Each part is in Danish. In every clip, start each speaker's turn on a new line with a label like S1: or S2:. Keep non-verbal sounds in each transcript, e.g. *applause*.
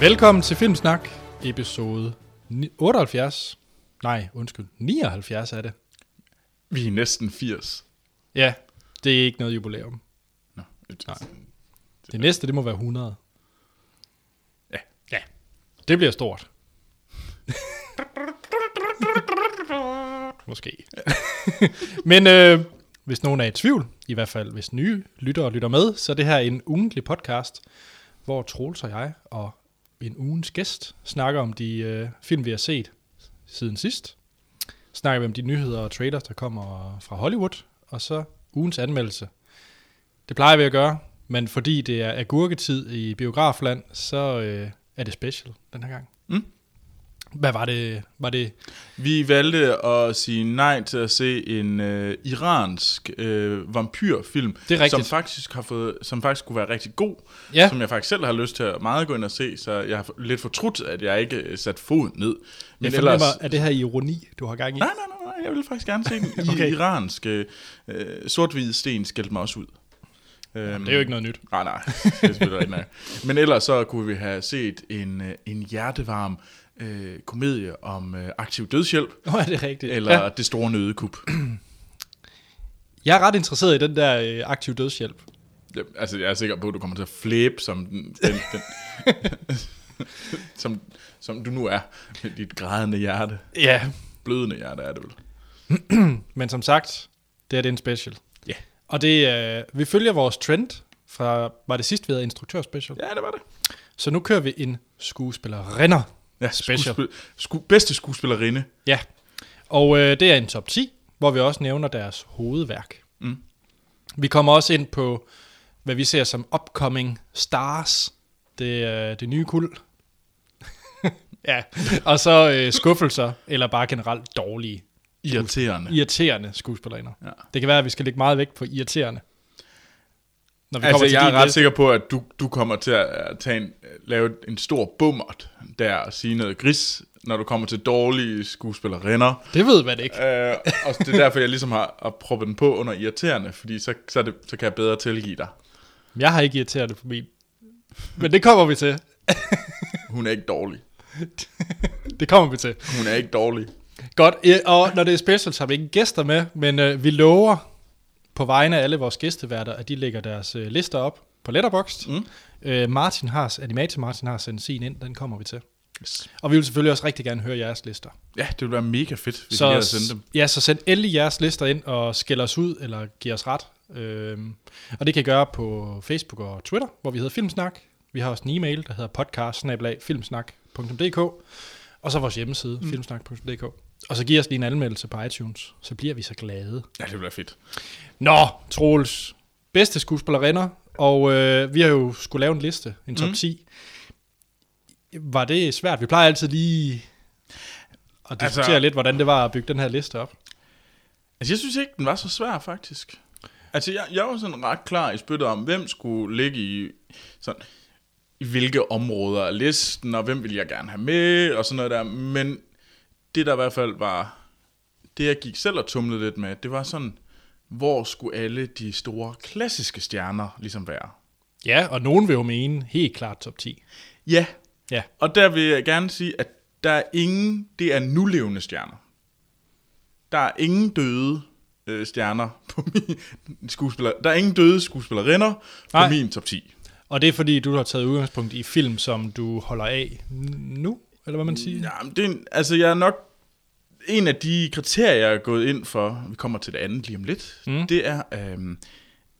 S1: Velkommen til Filmsnak, episode ni- 78. Nej, undskyld, 79 er det.
S2: Vi er næsten 80.
S1: Ja, det er ikke noget jubilæum.
S2: Nå,
S1: Nej. Det næste, det må være 100.
S2: Ja.
S1: Ja, det bliver stort. Måske. *laughs* Men øh, hvis nogen er i tvivl, i hvert fald hvis nye lyttere lytter med, så er det her en ugentlig podcast, hvor Troels og jeg og en ugens gæst snakker om de øh, film, vi har set siden sidst. Snakker vi om de nyheder og trailers, der kommer fra Hollywood, og så ugens anmeldelse. Det plejer vi at gøre, men fordi det er agurketid i biografland, så øh, er det special den her gang.
S2: Mm.
S1: Hvad var det? Var det
S2: Vi valgte at sige nej til at se en øh, iransk øh, vampyrfilm,
S1: Det er rigtigt.
S2: som faktisk har fået, som faktisk kunne være rigtig god,
S1: Ja.
S2: som jeg faktisk selv har lyst til at meget gå ind og se, så jeg har lidt fortrudt, at jeg ikke øh, satte fod ned.
S1: jeg ellers... fornemmer, at det her ironi, du har gang i?
S2: Nej, nej, nej, nej, jeg vil faktisk gerne se
S1: *laughs*
S2: den. okay.
S1: Okay.
S2: I iransk øh, sort-hvide sten skældte mig også ud. Øhm,
S1: Det er jo ikke noget nyt.
S2: Nej, nej. Det er selvfølgelig ikke nok. Men ellers så kunne vi have set en, øh, en hjertevarm øh, komedie om øh, aktiv dødshjælp,
S1: Nå, er det rigtigt?
S2: eller
S1: Ja.
S2: ja. det store nødekup.
S1: Jeg er ret interesseret i den der øh, aktiv dødshjælp.
S2: Ja, altså, jeg er sikker på, at du kommer til at flæbe, som, den, den, den, som, som du nu er. Med dit grædende hjerte.
S1: Ja.
S2: Blødende hjerte er det vel.
S1: Men som sagt, det her det er en special.
S2: Ja.
S1: Og det, øh, vi følger vores trend fra, var det sidst vi havde instruktørspecial?
S2: Ja, det var det.
S1: Så nu kører vi en skuespillerinder.
S2: Ja,
S1: Special.
S2: Skuespil, sku, bedste skuespillerinde.
S1: Ja. Og øh, det er en top 10, hvor vi også nævner deres hovedværk.
S2: Mm.
S1: Vi kommer også ind på, hvad vi ser som upcoming stars. Det, øh, det nye
S2: *laughs*
S1: kul. ja. Og så øh, skuffelser, eller bare generelt dårlige,
S2: Irriterende.
S1: irriterende skuespillerinder.
S2: Ja.
S1: Det kan være, at vi skal lægge meget vægt på irriterende. Når
S2: Altså, jeg er
S1: din
S2: ret
S1: liste.
S2: sikker på, at du, du kommer til at at tage en, lave en stor bummert der og sige noget gris, når du kommer til dårlige skuespillerinder.
S1: Det ved man ikke.
S2: Øh, og det er derfor, jeg ligesom har, har proppet den på under irriterende, fordi så, så, er det, så kan jeg bedre tilgive dig.
S1: Jeg har ikke irriterende på min. Men det kommer vi til.
S2: Hun er ikke dårlig.
S1: Det kommer vi til.
S2: Hun er ikke dårlig.
S1: Godt, øh, og når det er special, så har vi ikke gæster med, men øh, vi lover på vegne af alle vores gæsteværter, at de lægger deres øh, lister op på Letterboxd. Mm.
S2: Mm.
S1: Øh, Martin har, animator Martin har sendt sin ind, den kommer vi til.
S2: Yes.
S1: Og vi vil selvfølgelig også rigtig gerne høre jeres lister.
S2: Ja, det ville være mega fedt, hvis jeg
S1: Så,
S2: havde sendt dem.
S1: ja, så send endelig jeres lister ind og skæld os ud, eller giv os ret. Øhm, og det kan I gøre på Facebook og Twitter, hvor vi hedder Filmsnak. Vi har også en e-mail, der hedder podcast-filmsnak.dk og så vores hjemmeside, mm. filmsnak.dk. Og så giv os lige en anmeldelse på iTunes, så bliver vi så glade.
S2: Ja, det ville være fedt.
S1: Nå, Troels, bedste skuespillerinder, og øh, vi har jo skulle lave en liste, en top mm. 10. Var det svært? Vi plejer altid lige at
S2: Altså-
S1: diskutere altså, lidt, hvordan det var at bygge den her liste op.
S2: Altså, jeg synes ikke, den var så svær, faktisk. Altså, jeg, jeg var sådan ret klar i spyttet om, hvem skulle ligge i, sådan, i hvilke områder af listen, og hvem ville jeg gerne have med, og sådan noget der. Men det, der i hvert fald var, det jeg gik selv og tumlede lidt med, det var sådan, hvor skulle alle de store klassiske stjerner ligesom være?
S1: Ja, og nogen vil jo mene helt klart top 10.
S2: Ja,
S1: Ja,
S2: og der vil jeg gerne sige, at der er ingen, det er nulevende stjerner. Der er ingen døde øh, stjerner på *laughs* min skuespiller. Der er ingen døde skuespillerinder på
S1: Nej.
S2: min top 10.
S1: og det er fordi, du har taget udgangspunkt i film, som du holder af n- nu, eller hvad man siger?
S2: Ja, men det er, en- altså jeg er nok en af de kriterier, jeg er gået ind for, vi kommer til det andet lige om lidt,
S1: Mm.
S2: mm. det er, øhm,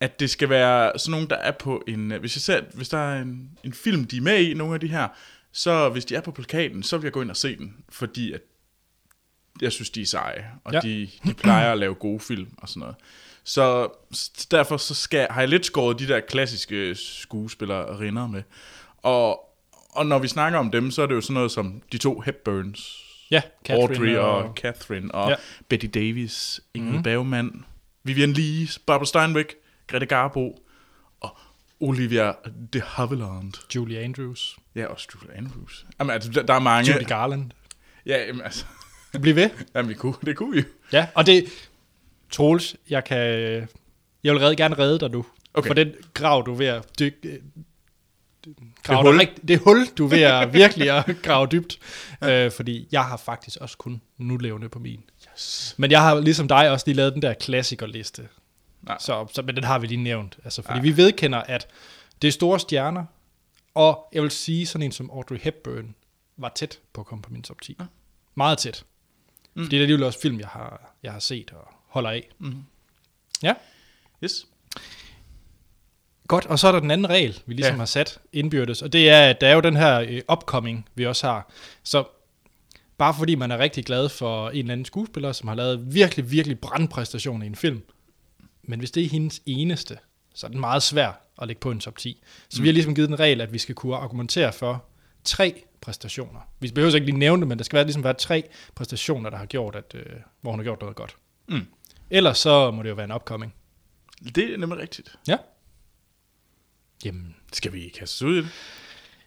S2: at det skal være sådan nogen, der er på en... øh, Hvis, jeg ser, hvis der er en, en film, de er med i, nogle af de her, så hvis de er på plakaten, så vil jeg gå ind og se den, fordi at jeg synes, de er seje, og
S1: Ja.
S2: ja. de, de plejer at lave gode film og sådan noget. Så s- derfor så skal, har jeg lidt skåret de der klassiske skuespillere og rinder med. Og, og når vi snakker om dem, så er det jo sådan noget som de to Hepburns,
S1: Ja,
S2: Catherine Audrey og, og Catherine, og
S1: Ja.
S2: ja. Betty Davis, Ingrid mm. Bergman, Vivian Lee, Barbara Steinbeck, Grete Garbo, og Olivia de Havilland.
S1: Julie Andrews,
S2: Ja, og Julie Andrews. Jamen, altså, der, der er mange.
S1: Judy Garland.
S2: Ja, jamen, altså,
S1: Bliv ved.
S2: jamen, vi kunne, det kunne vi jo.
S1: Ja, og det... Troels, jeg kan... Jeg vil redde, gerne redde dig nu.
S2: Okay.
S1: For den grav, du er ved at dykke, øh, grave
S2: hul.
S1: det, rigt, det hul, du er ved
S2: *laughs*
S1: at virkelig at grave dybt. Øh, fordi jeg har faktisk også kun nulevende på min.
S2: Yes.
S1: Men jeg har ligesom dig også lige lavet den der klassikerliste.
S2: Nej.
S1: Så, så, men den har vi lige nævnt. Altså, fordi
S2: Ja.
S1: vi vedkender, at det er store stjerner, og jeg vil sige, sådan en som Audrey Hepburn var tæt på at komme på min top 10.
S2: Ja.
S1: Meget tæt.
S2: Mm.
S1: Mm. Fordi det er alligevel også film, jeg har, jeg har set og holder af.
S2: Mhm.
S1: Ja.
S2: Yes.
S1: Godt, og så er der den anden regel, vi ligesom
S2: Ja.
S1: ja. har sat indbyrdes, og det er, at der er jo den her øh, upcoming, vi også har. Så bare fordi man er rigtig glad for en eller anden skuespiller, som har lavet virkelig, virkelig brandpræstation i en film, men hvis det er hendes eneste, så er den meget svær at lægge på en top 10. Så mm. vi har ligesom givet den regel, at vi skal kunne argumentere for tre præstationer. Vi behøver så ikke lige nævne det, men der skal være, ligesom være tre præstationer, der har gjort, at, øh, hvor hun har gjort noget godt.
S2: Mm.
S1: Ellers så må det jo være en upcoming.
S2: Det er nemlig rigtigt.
S1: Ja. Jamen,
S2: Skal vi kaste os ud i det?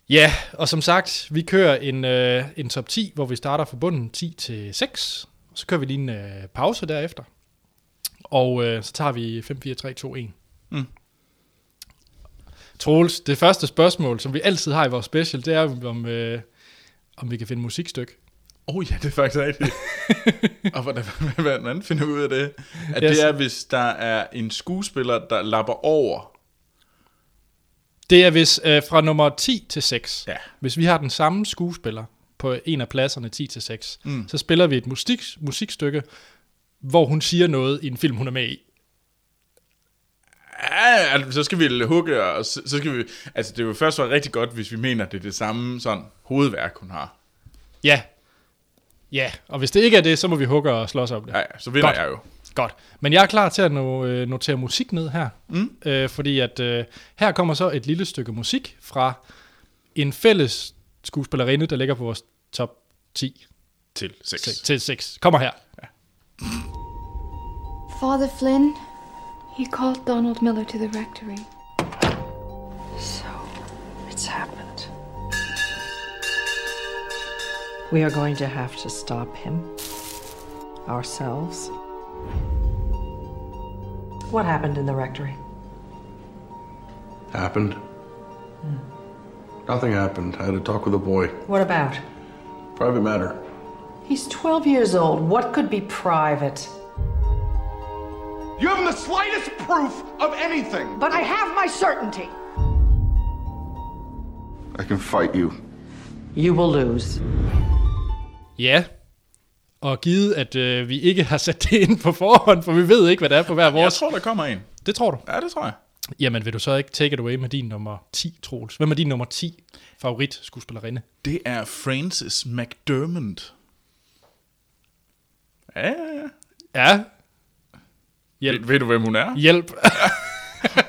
S1: Ja, og som sagt, vi kører en, øh, en top 10, hvor vi starter fra bunden 10 til 6. Og så kører vi lige en øh, pause derefter. Og øh, så tager vi 5, 4, 3, 2, 1.
S2: Mm.
S1: Troels, det første spørgsmål, som vi altid har i vores special, det er, om, øh, om vi kan finde musikstykke.
S2: Åh oh, ja, det er faktisk *laughs* rigtigt. og hvordan, *laughs* hvordan, hvordan finder vi ud af det? At
S1: Yes.
S2: det er, hvis der er en skuespiller, der lapper over.
S1: Det er hvis øh, fra nummer 10 til 6.
S2: Ja.
S1: Hvis vi har den samme skuespiller på en af pladserne 10 til 6,
S2: Mm.
S1: mm. så spiller vi et musik, musikstykke, hvor hun siger noget i en film, hun er med i.
S2: Ja, altså, så skal vi hugge, og så, så skal vi... Altså, det vil først være rigtig godt, hvis vi mener, det er det samme sådan hovedværk, hun har.
S1: Ja. Ja, og hvis det ikke er det, så må vi hugge og slås om det.
S2: Ja, ja så vinder
S1: Godt.
S2: jeg jo.
S1: Godt. Men jeg er klar til at no- øh, notere musik ned her.
S2: Mm.
S1: Øh, fordi at øh, her kommer så et lille stykke musik fra en fælles skuespillerinde, der ligger på vores top 10
S2: Til 6.
S1: til- til 6. Kommer her.
S3: Father Flynn? He called Donald Miller to the rectory.
S4: So, it's happened. We are going to have to stop him. Ourselves. What happened in the rectory?
S5: Happened. Nothing happened. I had a talk with a boy.
S4: What about?
S5: Private matter.
S4: He's 12 years old. What could be private?
S6: You haven't the slightest proof of anything.
S4: But I have my certainty.
S6: I can fight you.
S4: You will lose.
S1: Ja. Og givet, at øh, vi ikke har sat det ind på forhånd, for vi ved ikke, hvad det er på hver
S2: Jeg
S1: vores.
S2: tror, der kommer en.
S1: Det tror du.
S2: Ja, det tror jeg.
S1: Jamen, vil du så ikke take it away med din nummer 10, Troels? Hvem er din nummer 10 favorit skuespillerinde?
S2: Det er Frances McDermott. Ja, ja, ja.
S1: Ja.
S2: Ved,
S1: Hjælp.
S2: ved du, hvem hun er?
S1: Hjælp.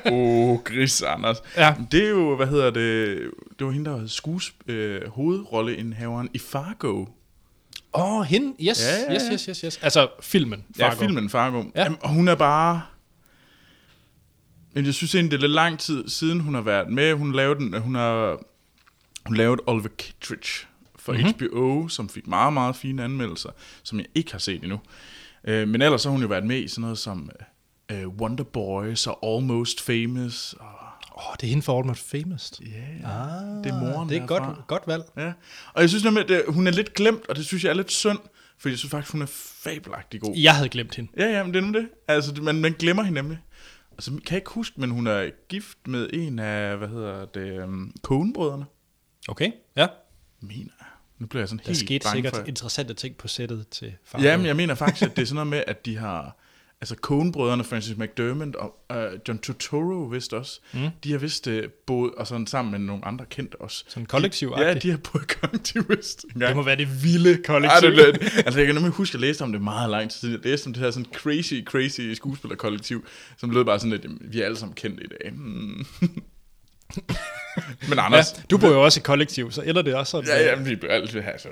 S2: Åh, oh, gris, Anders.
S1: Ja.
S2: Det er jo, hvad hedder det, det var hende, der var skuesp- øh, hovedrolleindhaveren i Fargo.
S1: Åh, oh, hende? Yes,
S2: Ja, ja,
S1: yes,
S2: ja.
S1: yes, yes, yes. Altså filmen.
S2: Fargo. Ja, filmen Fargo. Ja.
S1: Ja.
S2: Jamen, og hun er bare... Jamen, jeg synes egentlig, det er lidt lang tid siden, hun har været med. Hun lavede, den, hun har, hun lavede Oliver Kittredge for mm-hmm. HBO, som fik meget, meget fine anmeldelser, som jeg ikke har set endnu. Øh, men ellers har hun jo været med i sådan noget som øh, Wonder Boys og Almost Famous. Og,
S1: Åh, oh, det er hende for Almost Famous.
S2: yeah, ah, det er moren
S1: det er et
S2: derfra.
S1: godt, godt valg.
S2: Ja. Og jeg synes nemlig, at øh, hun er lidt glemt, og det synes jeg er lidt synd, for jeg synes faktisk, hun er fabelagtig god.
S1: Jeg havde glemt hende.
S2: Ja, ja, men det er nu det. Altså, det- man, man glemmer hende nemlig. Altså, kan jeg ikke huske, men hun er gift med en af, hvad hedder det, um, konebrødrene.
S1: Okay, ja.
S2: Mener jeg. Nu bliver jeg sådan
S1: Der
S2: helt
S1: skete
S2: bange
S1: sikkert
S2: for...
S1: interessante ting på sættet til Fargo.
S2: Jamen, jeg mener faktisk, at det er sådan noget med, at de har... Altså, konebrødrene Francis McDermott og uh, John Turturro vist også. Mm. De har vist uh, boet og sådan sammen med nogle andre kendt også.
S1: Sådan kollektiv
S2: Ja, de har boet kollektivist. Ja.
S1: Det må være det vilde
S2: Ej,
S1: kollektiv.
S2: det er lidt. Altså, jeg kan nemlig huske, at jeg læste om det meget lang tid siden. Jeg læste om det her sådan crazy, crazy skuespillerkollektiv, som lød bare sådan lidt, "Jamen, vi er alle sammen kendte i dag. Hmm. Men Anders,
S1: Ja, du bor jo også i kollektiv, så ender det også sådan. øh.
S2: ja, ja, vi bliver altid her, så.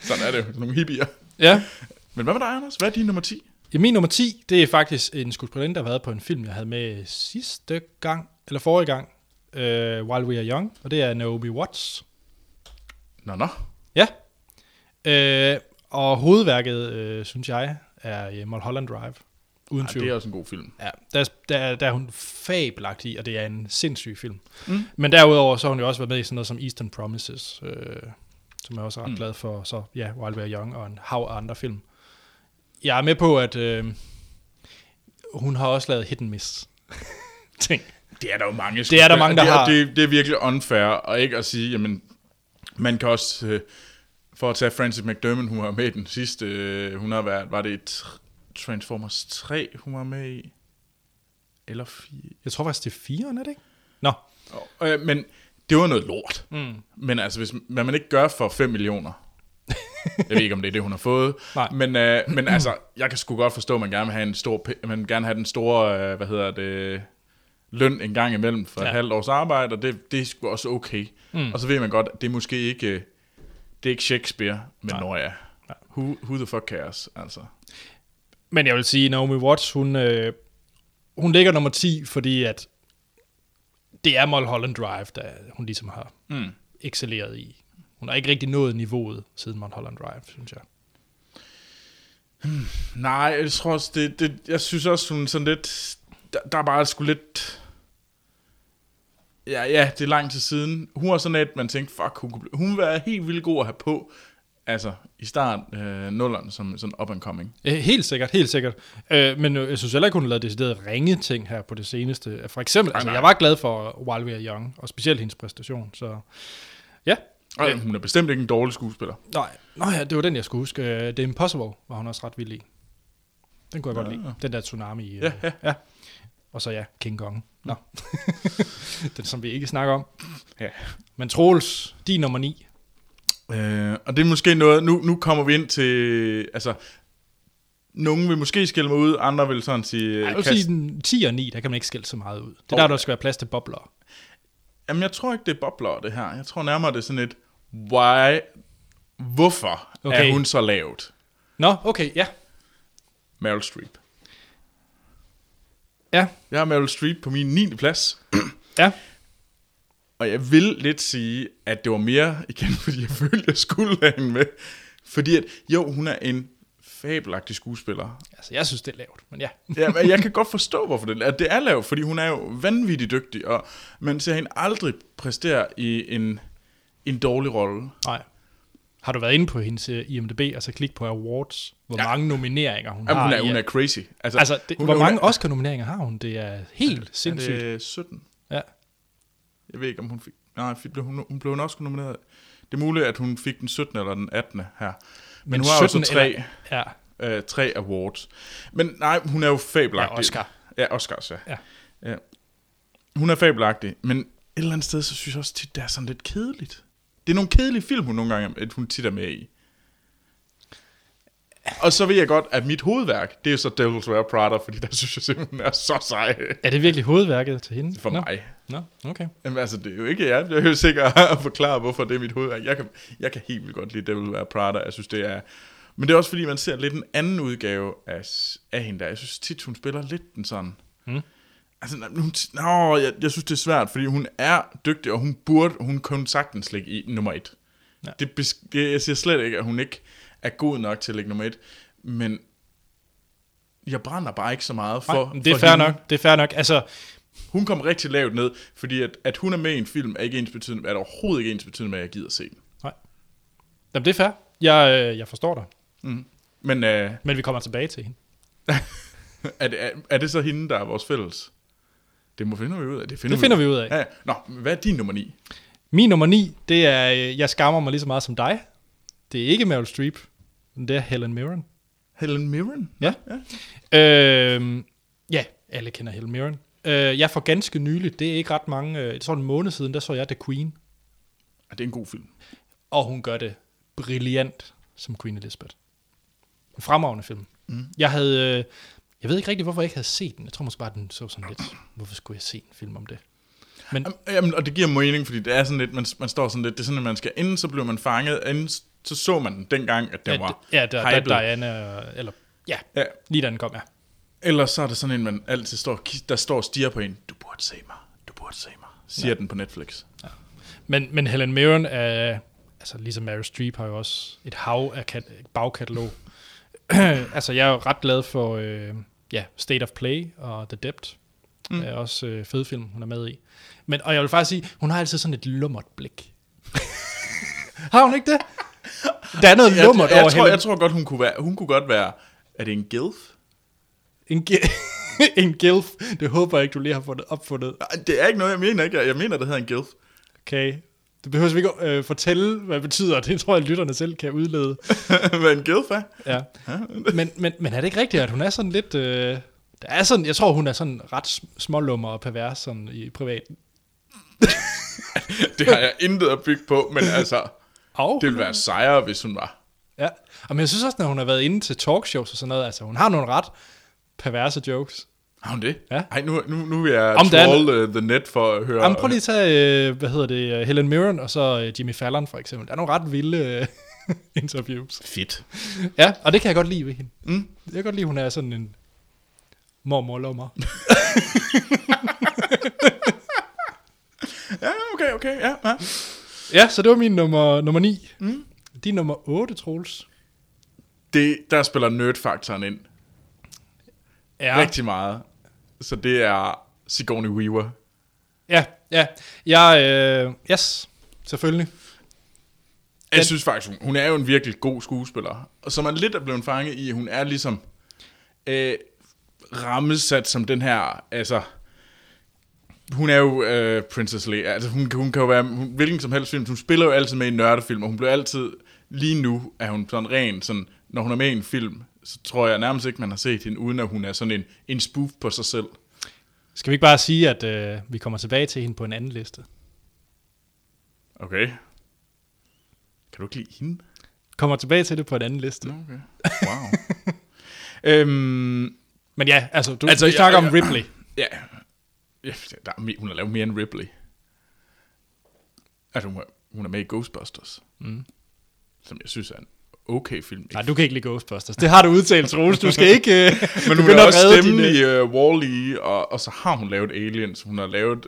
S2: sådan er det jo. Nogle hippier.
S1: ja.
S2: Men hvad med dig, Anders? Hvad er din nummer 10?
S1: Ja, min nummer 10, det er faktisk en skuespillerinde, der har været på en film, jeg havde med sidste gang, eller forrige gang, øh, While We Are Young, og det er Naomi Watts.
S2: Nå, nå.
S1: Ja. Øh, og hovedværket, øh, synes jeg, er øh, Mulholland Drive. Uden
S2: Ej,
S1: tvivl.
S2: det er også en god film.
S1: Ja, der, der, der er hun fabelagtig i, og det er en sindssyg film. Mm. Men derudover så har hun jo også været med i sådan noget som Eastern Promises, øh, som jeg også er ret mm. glad for. Så ja, Wild Were Young og en hav af andre film. Jeg er med på, at øh, hun har også lavet hit and miss *laughs* ting.
S2: Det er der jo mange.
S1: Det er der mange, der
S2: det er,
S1: har.
S2: Det, det er virkelig unfair, og ikke at sige, jamen, man kan også, øh, for at tage Frances McDermott, hun var med i den sidste, øh, hun har været, var det tr- Transformers 3, hun var med i? Eller 4?
S1: Jeg tror faktisk, det er firen, er det ikke? Nå,
S2: Øh, men det var noget lort. Mm. Men altså, hvis, hvad man ikke gør for
S1: *laughs*
S2: 5 millioner, jeg ved ikke, om det er det, hun har fået.
S1: Nej.
S2: Men, øh, men altså, jeg kan sgu godt forstå, at man gerne vil have, en stor, p- man vil gerne vil have den store, øh, hvad hedder det, løn en gang imellem for ja.
S1: Ja.
S2: et halvt års arbejde, og det, det er sgu også okay. Mm. Og så ved man godt, at det er måske ikke, øh, det er ikke Shakespeare, men
S1: Nej.
S2: Noia. Who, who the fuck cares, altså.
S1: Men jeg vil sige, Naomi Watts, hun, øh, hun ligger nummer 10, fordi at det er Mulholland Drive, der hun ligesom har mm. excelleret i. Hun har ikke rigtig nået niveauet siden Mulholland Drive, synes jeg.
S2: Nej, jeg tror også, det, det, jeg synes også, hun er sådan lidt, der, der er bare sgu lidt, ja, ja, det er lang tid siden. Hun var sådan et, man tænkte, fuck, hun, kunne blive, hun var helt vildt god at have på, altså i start øh, nullerne, som sådan up and coming.
S1: Øh, Helt sikkert, helt sikkert. Øh, men øh, jeg synes heller ikke, hun har lavet decideret ringe ting her på det seneste. For eksempel, altså,
S2: nej.
S1: jeg var glad for While We Are Young, og specielt hendes præstation. Så ja,
S2: Og hun er bestemt ikke en dårlig skuespiller.
S1: nej, nej, ja, det var den, jeg skulle huske. Øh, The Impossible var hun også ret vild i. Den kunne jeg godt lide. Den der tsunami. Øh,
S2: Ja, ja, ja.
S1: Og så ja, King Kong. Nå. *laughs* den, som vi ikke snakker om.
S2: Mm. ja.
S1: Men Troels, din nummer 9.
S2: Øh, og det er måske noget, nu, nu kommer vi ind til, altså, nogen vil måske skille mig ud, andre vil sådan sige... øh,
S1: Jeg vil
S2: kast-
S1: sige, den 10 og 9, der kan man ikke skille så meget ud. Det er
S2: Åh,
S1: der, der
S2: ja.
S1: skal være plads til bobler.
S2: Jamen, jeg tror ikke, det er bobler, det her. Jeg tror nærmere, det er sådan et, why, hvorfor okay.
S1: Okay.
S2: er hun så lavt?
S1: Nå, okay, ja.
S2: Meryl Streep.
S1: Ja,
S2: Jeg har Meryl Streep på min 9. plads,
S1: ja.
S2: og jeg vil lidt sige, at det var mere, igen, *laughs* fordi jeg følte, jeg skulle have hende med. Fordi at, jo, hun er en fabelagtig skuespiller.
S1: Altså, jeg synes, det er lavt, men ja.
S2: Ja, men jeg kan godt forstå, hvorfor det, at det er lavt, fordi hun er jo vanvittigt dygtig, og man ser hende aldrig præstere i en, en dårlig rolle.
S1: Nej. Har du været inde på hendes øh, IMDb, altså klik på awards, hvor ja.
S2: Ja.
S1: mange nomineringer hun
S2: Jamen,
S1: har.
S2: hun er,
S1: i-
S2: hun er crazy.
S1: Ah, altså, det, hvor
S2: er-
S1: mange
S2: er-
S1: Oscar-nomineringer har hun? Det er helt sindssygt.
S2: Er det 17?
S1: Ja.
S2: Jeg ved ikke, om hun fik... Nej, fik, blev hun, hun blev hun også nomineret. Det er muligt, at hun fik den 17. eller den 18. her. Men, Men hun har jo så
S1: 17
S2: tre,
S1: eller- Ja,
S2: eller... øh, tre awards. Men nej, hun er jo fabelagtig.
S1: Ja, Oscar.
S2: Ja, Oscars, ja.
S1: Ja.
S2: ja. Hun er fabelagtig, men et eller andet sted, så synes jeg også tit, det er sådan lidt kedeligt. Det er nogle kedelige film, hun nogle gange at hun tit er med i. Og så ved jeg godt, at mit hovedværk, det er jo så Devil's Wear Prada, fordi der synes jeg simpelthen, hun er så sej
S1: er det virkelig hovedværket til hende?
S2: for
S1: Nå.
S2: mig.
S1: Nå, okay.
S2: Jamen altså, det er jo ikke jeg. Jeg er jo sikker at forklare, hvorfor det er mit hovedværk. Jeg kan, jeg kan helt vildt godt lide Devil Wear Prada. Jeg synes, det er... Men det er også, fordi man ser lidt en anden udgave af, s- af hende der. Jeg synes tit, hun spiller lidt den sådan... Mm.
S1: Hmm?
S2: Altså, nå, hun, nå, jeg, jeg synes, det er svært, fordi hun er dygtig, og hun burde... Hun kunne sagtens ligge i nummer et. Ja. Det, bes- det, jeg siger slet ikke, at hun ikke er god nok til at ligge nummer et, men jeg brænder bare ikke så meget for,
S1: Nej, men det er
S2: for
S1: fair
S2: hende.
S1: nok, det er fair nok. Altså,
S2: Hun kom rigtig lavt ned, fordi at, at hun er med i en film, er, ikke ens betydende, er overhovedet ikke ens betydende med, at jeg gider se den.
S1: nej. Jamen, det er fair. Jeg, øh, jeg forstår dig.
S2: Men øh, *laughs*
S1: Men vi kommer tilbage til hende.
S2: er, det, er, er det så hende, der er vores fælles? Det må finder vi ud af. Det finder,
S1: Det finder vi ud af.
S2: Ja, ja. Nå, hvad er din nummer 9?
S1: Min nummer 9, det er, øh, jeg skammer mig lige så meget som dig. Det er ikke Meryl Streep, men det er Helen Mirren.
S2: Helen Mirren?
S1: Ja. ja. Øhm, ja, alle kender Helen Mirren. Øh, jeg for ganske nyligt, det er ikke ret mange, øh, jeg tror en måned siden, der så jeg The Queen,
S2: Er det er en god film?
S1: og hun gør det brilliant som Queen Elizabeth. En fremragende film. Mm. Jeg havde, øh, jeg ved ikke rigtig, hvorfor jeg ikke havde set den. Jeg tror måske bare, den så sådan lidt, hvorfor skulle jeg se en film om det? Men
S2: Jamen, Jamen, og det giver mening, fordi det er sådan lidt, man, man står sådan lidt, det er sådan, at man skal, inden så bliver man fanget, inden så så man den dengang, at den
S1: ja,
S2: var
S1: d- ja, der, der,
S2: hyped.
S1: Diana, øh, eller ja, ja,
S2: Ja.
S1: lige da den kom, ja.
S2: Ellers så er det sådan en, man altid står, og kig- der står og stiger på en, du burde se mig, du burde se mig, siger ja. den på Netflix.
S1: Men, men Helen Mirren er, altså ligesom Meryl Streep har jo *clears throat* også et hav af kat- bagkatalog. altså jeg er jo ret glad for øh, ja, State of Play og The Debt. Mm. Er også øh, fed film, hun er med i. Men, og jeg vil faktisk sige, hun har altid sådan et lummert blik. *laughs* har hun ikke det? Der er noget
S2: Jeg,
S1: lummert
S2: jeg,
S1: over
S2: jeg, tror,
S1: hende.
S2: jeg tror godt, hun kunne, være, hun kunne godt være... Er det en gilf?
S1: En, gi- *laughs* en gilf. Det håber jeg ikke, du lige har fundet, opfundet.
S2: Ej, Det er ikke noget, jeg mener ikke. Jeg jeg mener, det hedder en gilf. *laughs*
S1: Okay. Det behøver vi ikke øh, fortælle, hvad det betyder. Det tror jeg, lytterne selv kan udlede.
S2: Hvad en gilf er?
S1: Ja. Men, men, men er det ikke rigtigt, at hun er sådan lidt... Øh, der er sådan, jeg tror, hun er sådan ret sm- smålummer og pervers sådan i privat.
S2: *laughs* Det har jeg intet at bygge på, men altså...
S1: Og,
S2: Det ville være sejere, hvis hun var.
S1: ja. og men jeg synes også, når hun har været inde til talkshows og sådan noget, altså hun har nogle ret perverse jokes.
S2: Har hun det?
S1: Ja.
S2: Ej, nu, nu, nu vil jeg
S1: Om
S2: Om
S1: der er
S2: troll uh, the net for at høre...
S1: Jamen, prøv lige at tage, øh, hvad hedder det, øh, Helen Mirren og så øh, Jimmy Fallon for eksempel. Der er nogle ret vilde øh, *laughs* interviews.
S2: Fedt.
S1: Ja, og det kan jeg godt lide ved hende. Mm. Jeg kan godt lide, hun er sådan en mormorlummer.
S2: Ja, okay, okay, ja. ja.
S1: ja, så det var min nummer, nummer 9. Mm. Din nummer 8, Troels.
S2: Det, der spiller nerdfaktoren ind ja. rigtig meget. Så det er Sigourney Weaver.
S1: Ja, ja. Jeg, øh, yes, selvfølgelig.
S2: Jeg
S1: Den-
S2: synes faktisk, hun, hun er jo en virkelig god skuespiller. Og som man lidt er blevet fanget i, hun er ligesom øh, rammesat som den her, altså... Hun er jo øh, Princess Leia. Altså, hun, hun kan jo være hun, hvilken som helst film. Hun spiller jo altid med i nørdefilm, og hun bliver altid... Lige nu er hun sådan ren, sådan, når hun er med i en film, så tror jeg nærmest ikke, man har set hende, uden at hun er sådan en, en spoof på sig selv.
S1: Skal vi ikke bare sige, at øh, vi kommer tilbage til hende på en anden liste?
S2: Okay. Kan du ikke lide hende?
S1: Kommer tilbage til det på en anden liste. Mm.
S2: Okay. Wow. øhm,
S1: Men ja, altså, du, altså
S2: Altså,
S1: vi
S2: jeg-
S1: snakker om
S2: jeg-
S1: Ripley.
S2: Ja, ja der er, me- hun har lavet mere end Ripley. Altså, hun er, hun er med i Ghostbusters. Mm. Som jeg synes er en okay film.
S1: Nej, du kan ikke lide Ghostbusters. Det har du udtalt, Troels. Du
S2: *laughs*
S1: skal ikke øh,
S2: Men hun
S1: begynde
S2: er
S1: at
S2: også
S1: redde
S2: stemme
S1: dine-
S2: i uh, Wall-E, og, og så har hun lavet Aliens. Hun har lavet...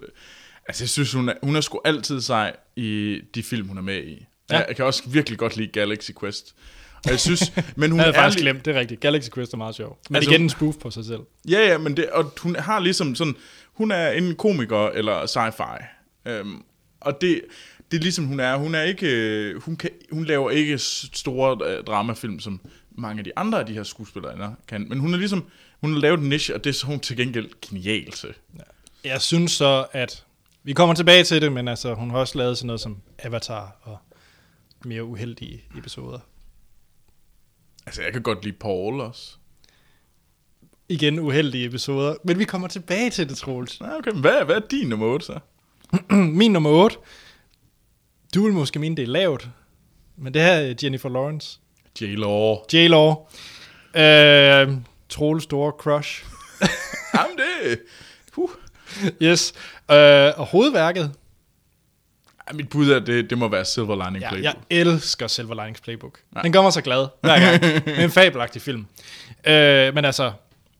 S2: Altså, jeg synes, hun er, hun er sgu altid sej i de film, hun er med i.
S1: Ja.
S2: Ja. Jeg, jeg kan også virkelig godt lide Galaxy Quest. Og jeg
S1: *laughs*
S2: synes, men hun
S1: Jeg havde
S2: er
S1: faktisk
S2: li-
S1: glemt, det er rigtigt. Galaxy Quest er meget sjov. Men altså,
S2: Altså,
S1: igen
S2: hun-
S1: en spoof på sig selv.
S2: Ja, ja, men det, og hun har ligesom sådan, hun er en komiker eller sci-fi. Øhm, og det, det er ligesom hun er. Hun er ikke, øh, hun, kan, hun laver ikke s- store øh, dramafilm, som mange af de andre af de her skuespillere kan. Men hun er ligesom, hun har lavet en niche, og det er så hun til gengæld genial til.
S1: Jeg synes så, at vi kommer tilbage til det, men altså, hun har også lavet sådan noget som Avatar og mere uheldige episoder.
S2: Altså, jeg kan godt lide Paul også.
S1: Igen uheldige episoder, men vi kommer tilbage til det, Troels.
S2: Nå, okay, men hvad, hvad er din nummer 8 så?
S1: *clears throat* Min nummer 8. Du vil måske mene, det er lavt, men det her er Jennifer Lawrence.
S2: j Law.
S1: J-Law. Øh, Troels store crush. *laughs*
S2: Jamen det! Huh.
S1: Yes. Øh, og hovedværket.
S2: Ej, mit bud er, det, det må være Silver Lining
S1: Ja,
S2: Playbook.
S1: jeg elsker Silver Linings Playbook. Ja. Den gør mig så glad hver gang. *laughs* Det er en fabelagtig film. Øh, men altså,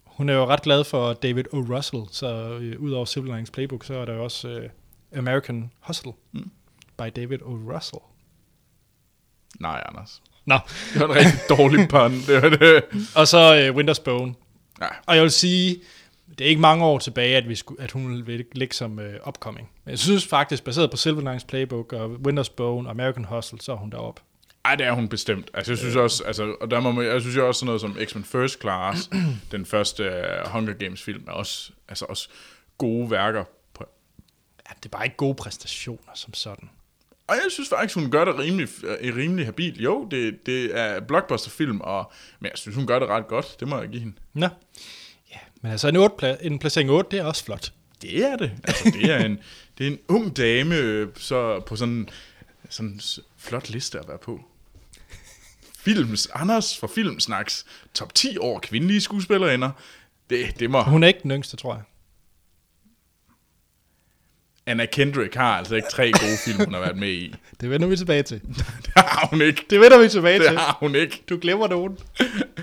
S1: hun er jo ret glad for David O. Russell, så øh, udover Silver Linings Playbook, så er der jo også øh, American Hustle mm. by David O. Russell.
S2: Nej, Anders.
S1: Nå,
S2: Det var en rigtig dårlig pun. Det var det.
S1: og så øh, Winter's Bone.
S2: Ja,
S1: Og jeg vil sige, det er ikke mange år tilbage, at, vi skulle, at hun ville ligge som øh, upcoming. Men jeg synes faktisk, baseret på Silver Linings Playbook og Winter's Bone og American Hustle, så er hun deroppe.
S2: Ej, det er hun bestemt. Altså, jeg synes også, altså, og der må man, jeg synes jo også sådan noget som X-Men First Class, *clears throat* den første uh, Hunger Games film, er også, altså også gode værker. På.
S1: Ja, det er bare ikke gode præstationer som sådan.
S2: Og jeg synes faktisk, hun gør det rimelig, øh, rimelig habil. Jo, det, det er blockbusterfilm, og, men jeg synes, hun gør det ret godt. Det må jeg give hende.
S1: Nå. Ja, men altså en, 8 pla- en placering 8, det er også flot.
S2: Det er det. Altså, det er en, *laughs* det er en ung dame øh, så på sådan en sådan s- flot liste at være på. Films, Anders fra Filmsnaks, top 10 år kvindelige skuespillerinder. Det, det må,
S1: Hun er ikke den yngste, tror jeg.
S2: Anna Kendrick har altså ikke tre gode film, hun har været med i.
S1: Det vender vi tilbage til.
S2: *laughs* Det har hun ikke.
S1: Det vender vi tilbage til.
S2: Det har hun ikke.
S1: Du glemmer nogen.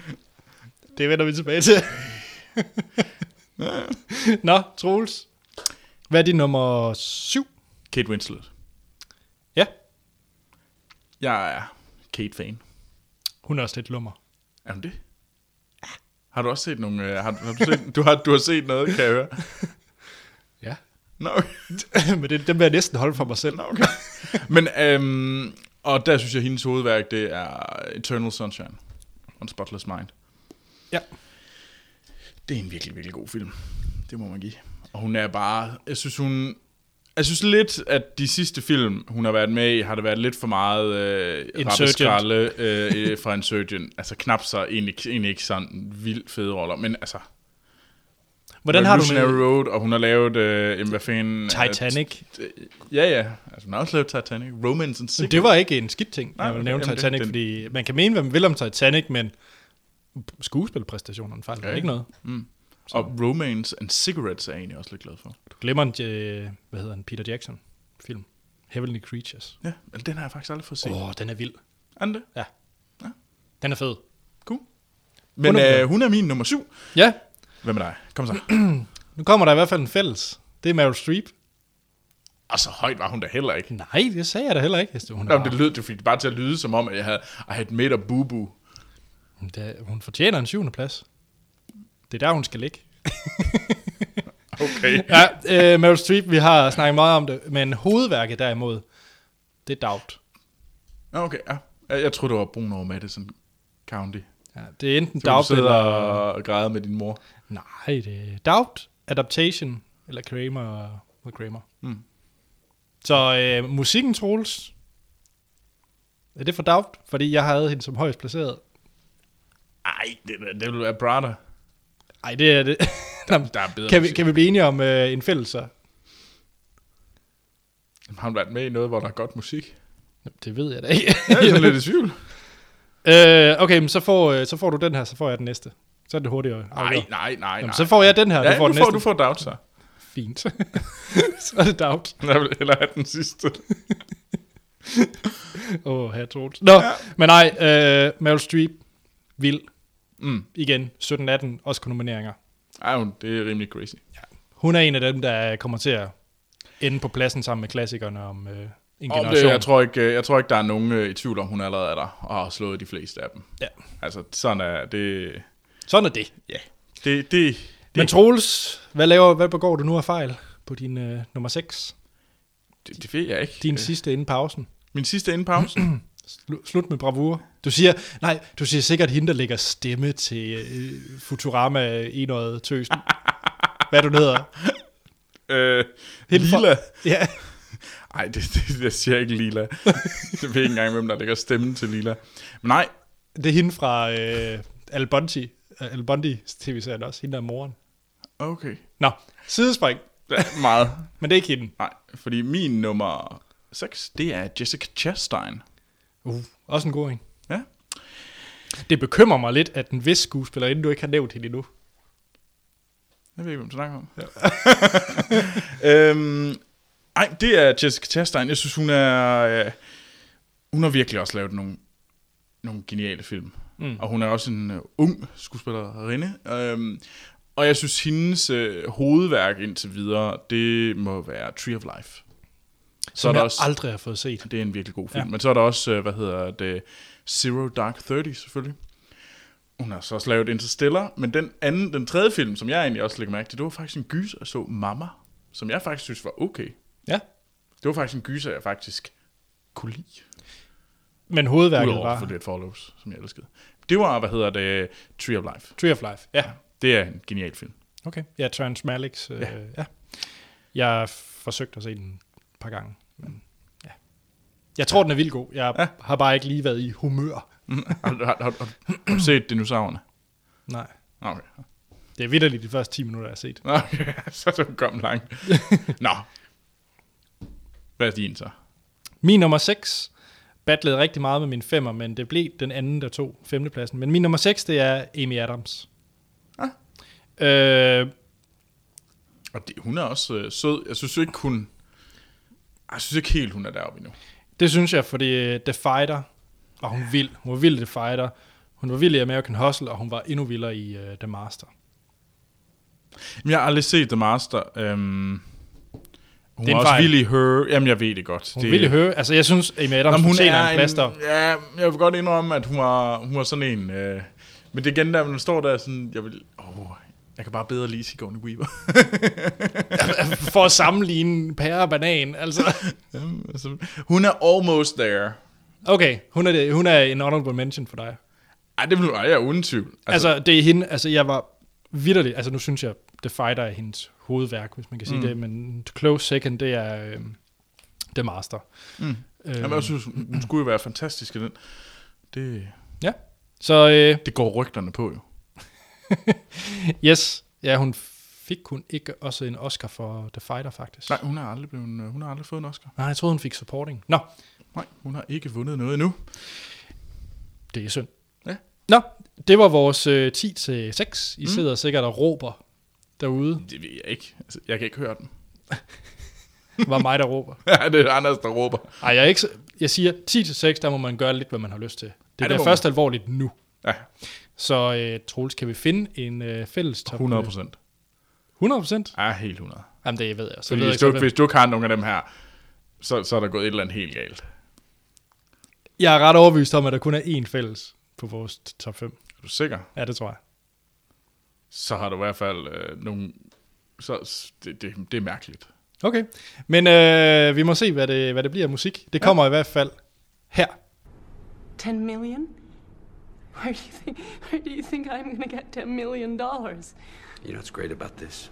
S1: *laughs* Det vender vi tilbage *laughs* til. Nå, Troels. Hvad er din nummer 7?
S2: Kate Winslet.
S1: Ja,
S2: Jeg er Kate-fan.
S1: hun er også lidt lummer.
S2: Er hun det? Har du også set nogle... Øh, har, har du, set, du, har, du har set noget, kan jeg høre.
S1: Ja.
S2: Nå, okay.
S1: *laughs* Men det, den vil jeg næsten holde for mig selv.
S2: Nå, okay. Men, øhm, og der synes jeg, at hendes hovedværk, det er Eternal Sunshine. On Spotless Mind.
S1: Ja.
S2: Det er en virkelig, virkelig god film. Det må man give. Og hun er bare... Jeg synes, hun... Jeg synes lidt, at de sidste film, hun har været med i, har det været lidt for meget øh,
S1: Insurgent.
S2: rappeskralle, øh, øh, fra Insurgent. *laughs* Altså knap så egentlig, egentlig ikke sådan vildt fede roller, men altså...
S1: Hvordan har du
S2: Revolutionary
S1: med
S2: Road, og hun har lavet, øh, jamen, hvad fanden...
S1: Titanic?
S2: Øh, ja, ja. Altså, hun har også lavet Titanic. Romance and
S1: Men
S2: Secret.
S1: det var ikke en skidt ting,
S2: Nej,
S1: Nej, jeg vil
S2: okay,
S1: nævne
S2: jamen, det-
S1: Titanic,
S2: den-
S1: fordi man kan mene, hvad man vil om Titanic, men skuespilpræstationerne fejler
S2: Ja.
S1: ikke noget.
S2: Mm. Og Romance and Cigarettes er jeg egentlig også lidt glad for.
S1: Du glemmer en, øh, hvad hedder han, Peter Jackson film. Heavenly Creatures.
S2: Ja, men den har jeg faktisk aldrig fået set.
S1: Åh,
S2: Oh.
S1: oh, den er vild.
S2: Ande.
S1: Ja.
S2: Ja.
S1: Den er fed.
S2: Cool. Men
S1: Undervurderet.
S2: øh, hun er min nummer syv.
S1: Ja,
S2: Hvad med dig? Kom så.
S1: nu kommer der i hvert fald en fælles. Det er Meryl Streep.
S2: *clears throat* Og så højt var hun da heller ikke.
S1: Nej, det sagde jeg da heller ikke. Jeg stod- Hun,
S2: Nå,
S1: er,
S2: men det lød det fik det bare til at lyde som om, at jeg havde, I had made a boo-boo.
S1: det, hun fortjener en syvende plads. Det er der, hun skal ligge.
S2: *laughs* Okay.
S1: Ja, øh, Meryl Streep, vi har snakket meget om det, men hovedværket derimod, det er Doubt.
S2: Nå, okay, ja. Jeg jeg tror, du var brun over Madison County.
S1: Ja, det er enten
S2: Så du
S1: Doubt
S2: sidder
S1: eller...
S2: og græder med din mor.
S1: Nej, det er Doubt, Adaptation eller Kramer og Kramer.
S2: Mm.
S1: Så øh, musikken, Troels, er det for Doubt? Fordi jeg havde hende som højst placeret.
S2: Ej, det, det, det vil være brother.
S1: Nej, det er det. *laughs* Nå,
S2: Der er bedre
S1: kan, vi,
S2: musik.
S1: kan vi blive enige om øh, en fælles så?
S2: Har hun været med i noget, hvor der er godt musik?
S1: Nå, Det ved jeg da ikke.
S2: *laughs*
S1: *laughs*
S2: Jeg er sådan lidt i tvivl.
S1: øh, okay, men så får, øh, så får du den her, så får jeg den næste. Så er det hurtigere.
S2: Nej, nej, nej,
S1: Jamen,
S2: nej.
S1: så får jeg den her,
S2: ja,
S1: du får
S2: du
S1: den
S2: får,
S1: næste.
S2: du får doubt, så.
S1: Fint. *laughs* så er det Doubt.
S2: Jeg vil hellere have den sidste.
S1: Åh, her Troels. Nå, ja. men nej, øh, Meryl Streep, vild.
S2: Mm.
S1: Igen, 17-18, Oscar nomineringer.
S2: Ej, hun- det er rimelig crazy.
S1: Hun er en af dem, der kommer til at ende på pladsen sammen med klassikerne om øh, en
S2: Om det,
S1: generation.
S2: jeg, tror ikke, øh, jeg tror ikke, der er nogen øh, i tvivl om, hun allerede er der og har slået de fleste af dem.
S1: Ja.
S2: Altså, sådan er det...
S1: Sådan er det.
S2: Ja. Det, det,
S1: Men Troels, hvad, laver, hvad begår du nu af fejl på din øh, nummer 6?
S2: det, det ved jeg ikke.
S1: Din
S2: Øh,
S1: sidste inden pausen.
S2: Min
S1: *clears throat*
S2: sidste indpause.
S1: Slu, slut med bravur. Du siger, nej, du siger sikkert hende, der lægger stemme til øh, Futurama enøjet tøsen. hvad du hedder.
S2: øh,
S1: Hende fra-
S2: Lila.
S1: Ja.
S2: Nej, det, det, jeg siger ikke Lila.
S1: *laughs*
S2: jeg ved ikke engang, hvem der lægger stemmen til Lila. Men nej,
S1: Det er hende fra øh, Al Bundy, Al Bundy tv-serien også, hende der er moren.
S2: okay.
S1: Nå, sidespring,
S2: Ja, meget.
S1: men det er ikke hende.
S2: Nej, fordi min nummer 6, det er Jessica Chastain.
S1: Uh, også en god en.
S2: Ja.
S1: Det bekymrer mig lidt, at en vis skuespillerinde, du ikke har nævnt hende endnu.
S2: Jeg ved ikke, hvem du snakker om. Ja. *laughs* øhm, ej, det er Jessica Chastain. Jeg synes, hun er... Øh, hun har virkelig også lavet nogle, nogle geniale film. Mm. Og hun er også en øh, ung skuespillerinde. Øhm, og jeg synes, hendes øh, hovedværk indtil videre, det må være Tree of Life.
S1: Som
S2: der
S1: jeg
S2: også-
S1: aldrig har fået set.
S2: Det er en virkelig god film.
S1: Ja.
S2: Ja. Men så er der også, øh, hvad hedder det, Zero Dark Thirty selvfølgelig. Hun har så også lavet Interstellar, men den anden, den tredje film, som jeg egentlig også lægger mærke til, det var faktisk en gyser, jeg så Mama, som jeg faktisk synes var okay.
S1: Ja.
S2: Det var faktisk en gyser, jeg faktisk kunne lide.
S1: Men hovedværket
S2: Udover for
S1: var
S2: det Follows, som jeg elskede. Det var, hvad hedder det, Tree of Life.
S1: Tree of Life. Ja,
S2: Det er en genial film.
S1: okay. Ja, Trans Maliks. Øh, ja. ja. Jeg forsøgte at se den et par gange. Men, ja. Jeg tror, den er vildt god. Jeg ja.
S2: Ja.
S1: har bare ikke lige været i humør.
S2: har, du- har, har, har, har du set dinosaurerne?
S1: Nej.
S2: Nå, Okay.
S1: Det er vidderligt de første 10 minutter, jeg har set.
S2: Nå, Okay, *laughs* så er du kommet langt. Nå. Hvad er din så?
S1: Min nummer 6 battlede rigtig meget med min femmer, men det blev den anden, der tog femtepladsen. Men min nummer 6, det er Amy Adams. Ah. Øh,
S2: Og det, hun er også øh, sød. Jeg synes jo ikke, hun... Ej, Jeg synes ikke helt, hun er deroppe endnu.
S1: det synes jeg, fordi øh, The Fighter var hun vild. Hun var vild i The Fighter. Hun var vild i American Hustle, og hun var endnu vildere i uh, The Master.
S2: Men jeg har aldrig set The Master. Øhm, hun
S1: Det er
S2: er,
S1: en
S2: også
S1: fejl.
S2: vild i Her. Jamen, jeg ved det godt.
S1: Hun det...
S2: det,
S1: ville høre. Altså, jeg synes, Amy Adams
S2: Jamen,
S1: Jamen,
S2: hun
S1: hun
S2: er
S1: en plaster.
S2: en, ja, jeg vil godt indrømme, at hun var, hun var sådan en... Øh, Men det er igen der, når man står der sådan, jeg vil, åh, jeg kan bare bedre lide Sigourney Weaver. *laughs*
S1: For at sammenligne pære og banan, altså.
S2: Jamen, altså, hun er almost there.
S1: Okay, hun er, det, hun er en honorable mention for dig.
S2: Ej, det vil ej, jeg er uden tvivl.
S1: Altså, altså det er hende, altså jeg var vidderlig, altså nu synes jeg, The Fighter er hendes hovedværk, hvis man kan sige mm. det, men Close Second, det er øh, The Master.
S2: Mm.
S1: Øh,
S2: Jamen, jeg synes, hun skulle jo være fantastisk i den. Det,
S1: ja, så øh,
S2: det går rygterne på jo.
S1: yes, ja, hun fik hun ikke også en Oscar for The Fighter, faktisk.
S2: Nej, hun har aldrig, blevet, øh, hun har aldrig fået en Oscar.
S1: Nej, jeg troede, hun fik supporting. Nå,
S2: Nej, hun har ikke vundet noget endnu.
S1: det er synd.
S2: Ja.
S1: Nå, det var vores øh, 10-6. I mm. sidder sikkert og råber derude.
S2: Det ved jeg ikke. Altså, jeg kan ikke høre den. *laughs*
S1: var mig, der råber.
S2: Ja, det er Anders, der råber.
S1: Ej, jeg, er ikke, så- jeg siger 10-6, der må man gøre lidt, hvad man har lyst til. Det
S2: det
S1: er
S2: må
S1: først alvorligt nu.
S2: Ja,
S1: Så øh, Troels, kan vi finde en øh, fælles top?
S2: 100 procent.
S1: 100 procent?
S2: Ja, helt 100.
S1: Jamen, det ved jeg. Så
S2: Fordi
S1: ved jeg
S2: hvis, du,
S1: ikke,
S2: ikke,
S1: hvem-
S2: hvis du ikke har nogen af dem her, så, så er der gået et eller andet helt galt.
S1: jeg er ret overbevist om, at der kun er én fælles på vores t- top 5.
S2: Er du sikker?
S1: Ja, det tror jeg.
S2: Så har du i hvert fald øh, nogle... Så, s- det, det, det er mærkeligt.
S1: Okay. Men øh, vi må se, hvad det, hvad det bliver af musik. Det kommer i hvert fald her.
S7: 10 million? Where do you think where do you think I'm gonna get 10 million dollars?
S8: You know what's great about this?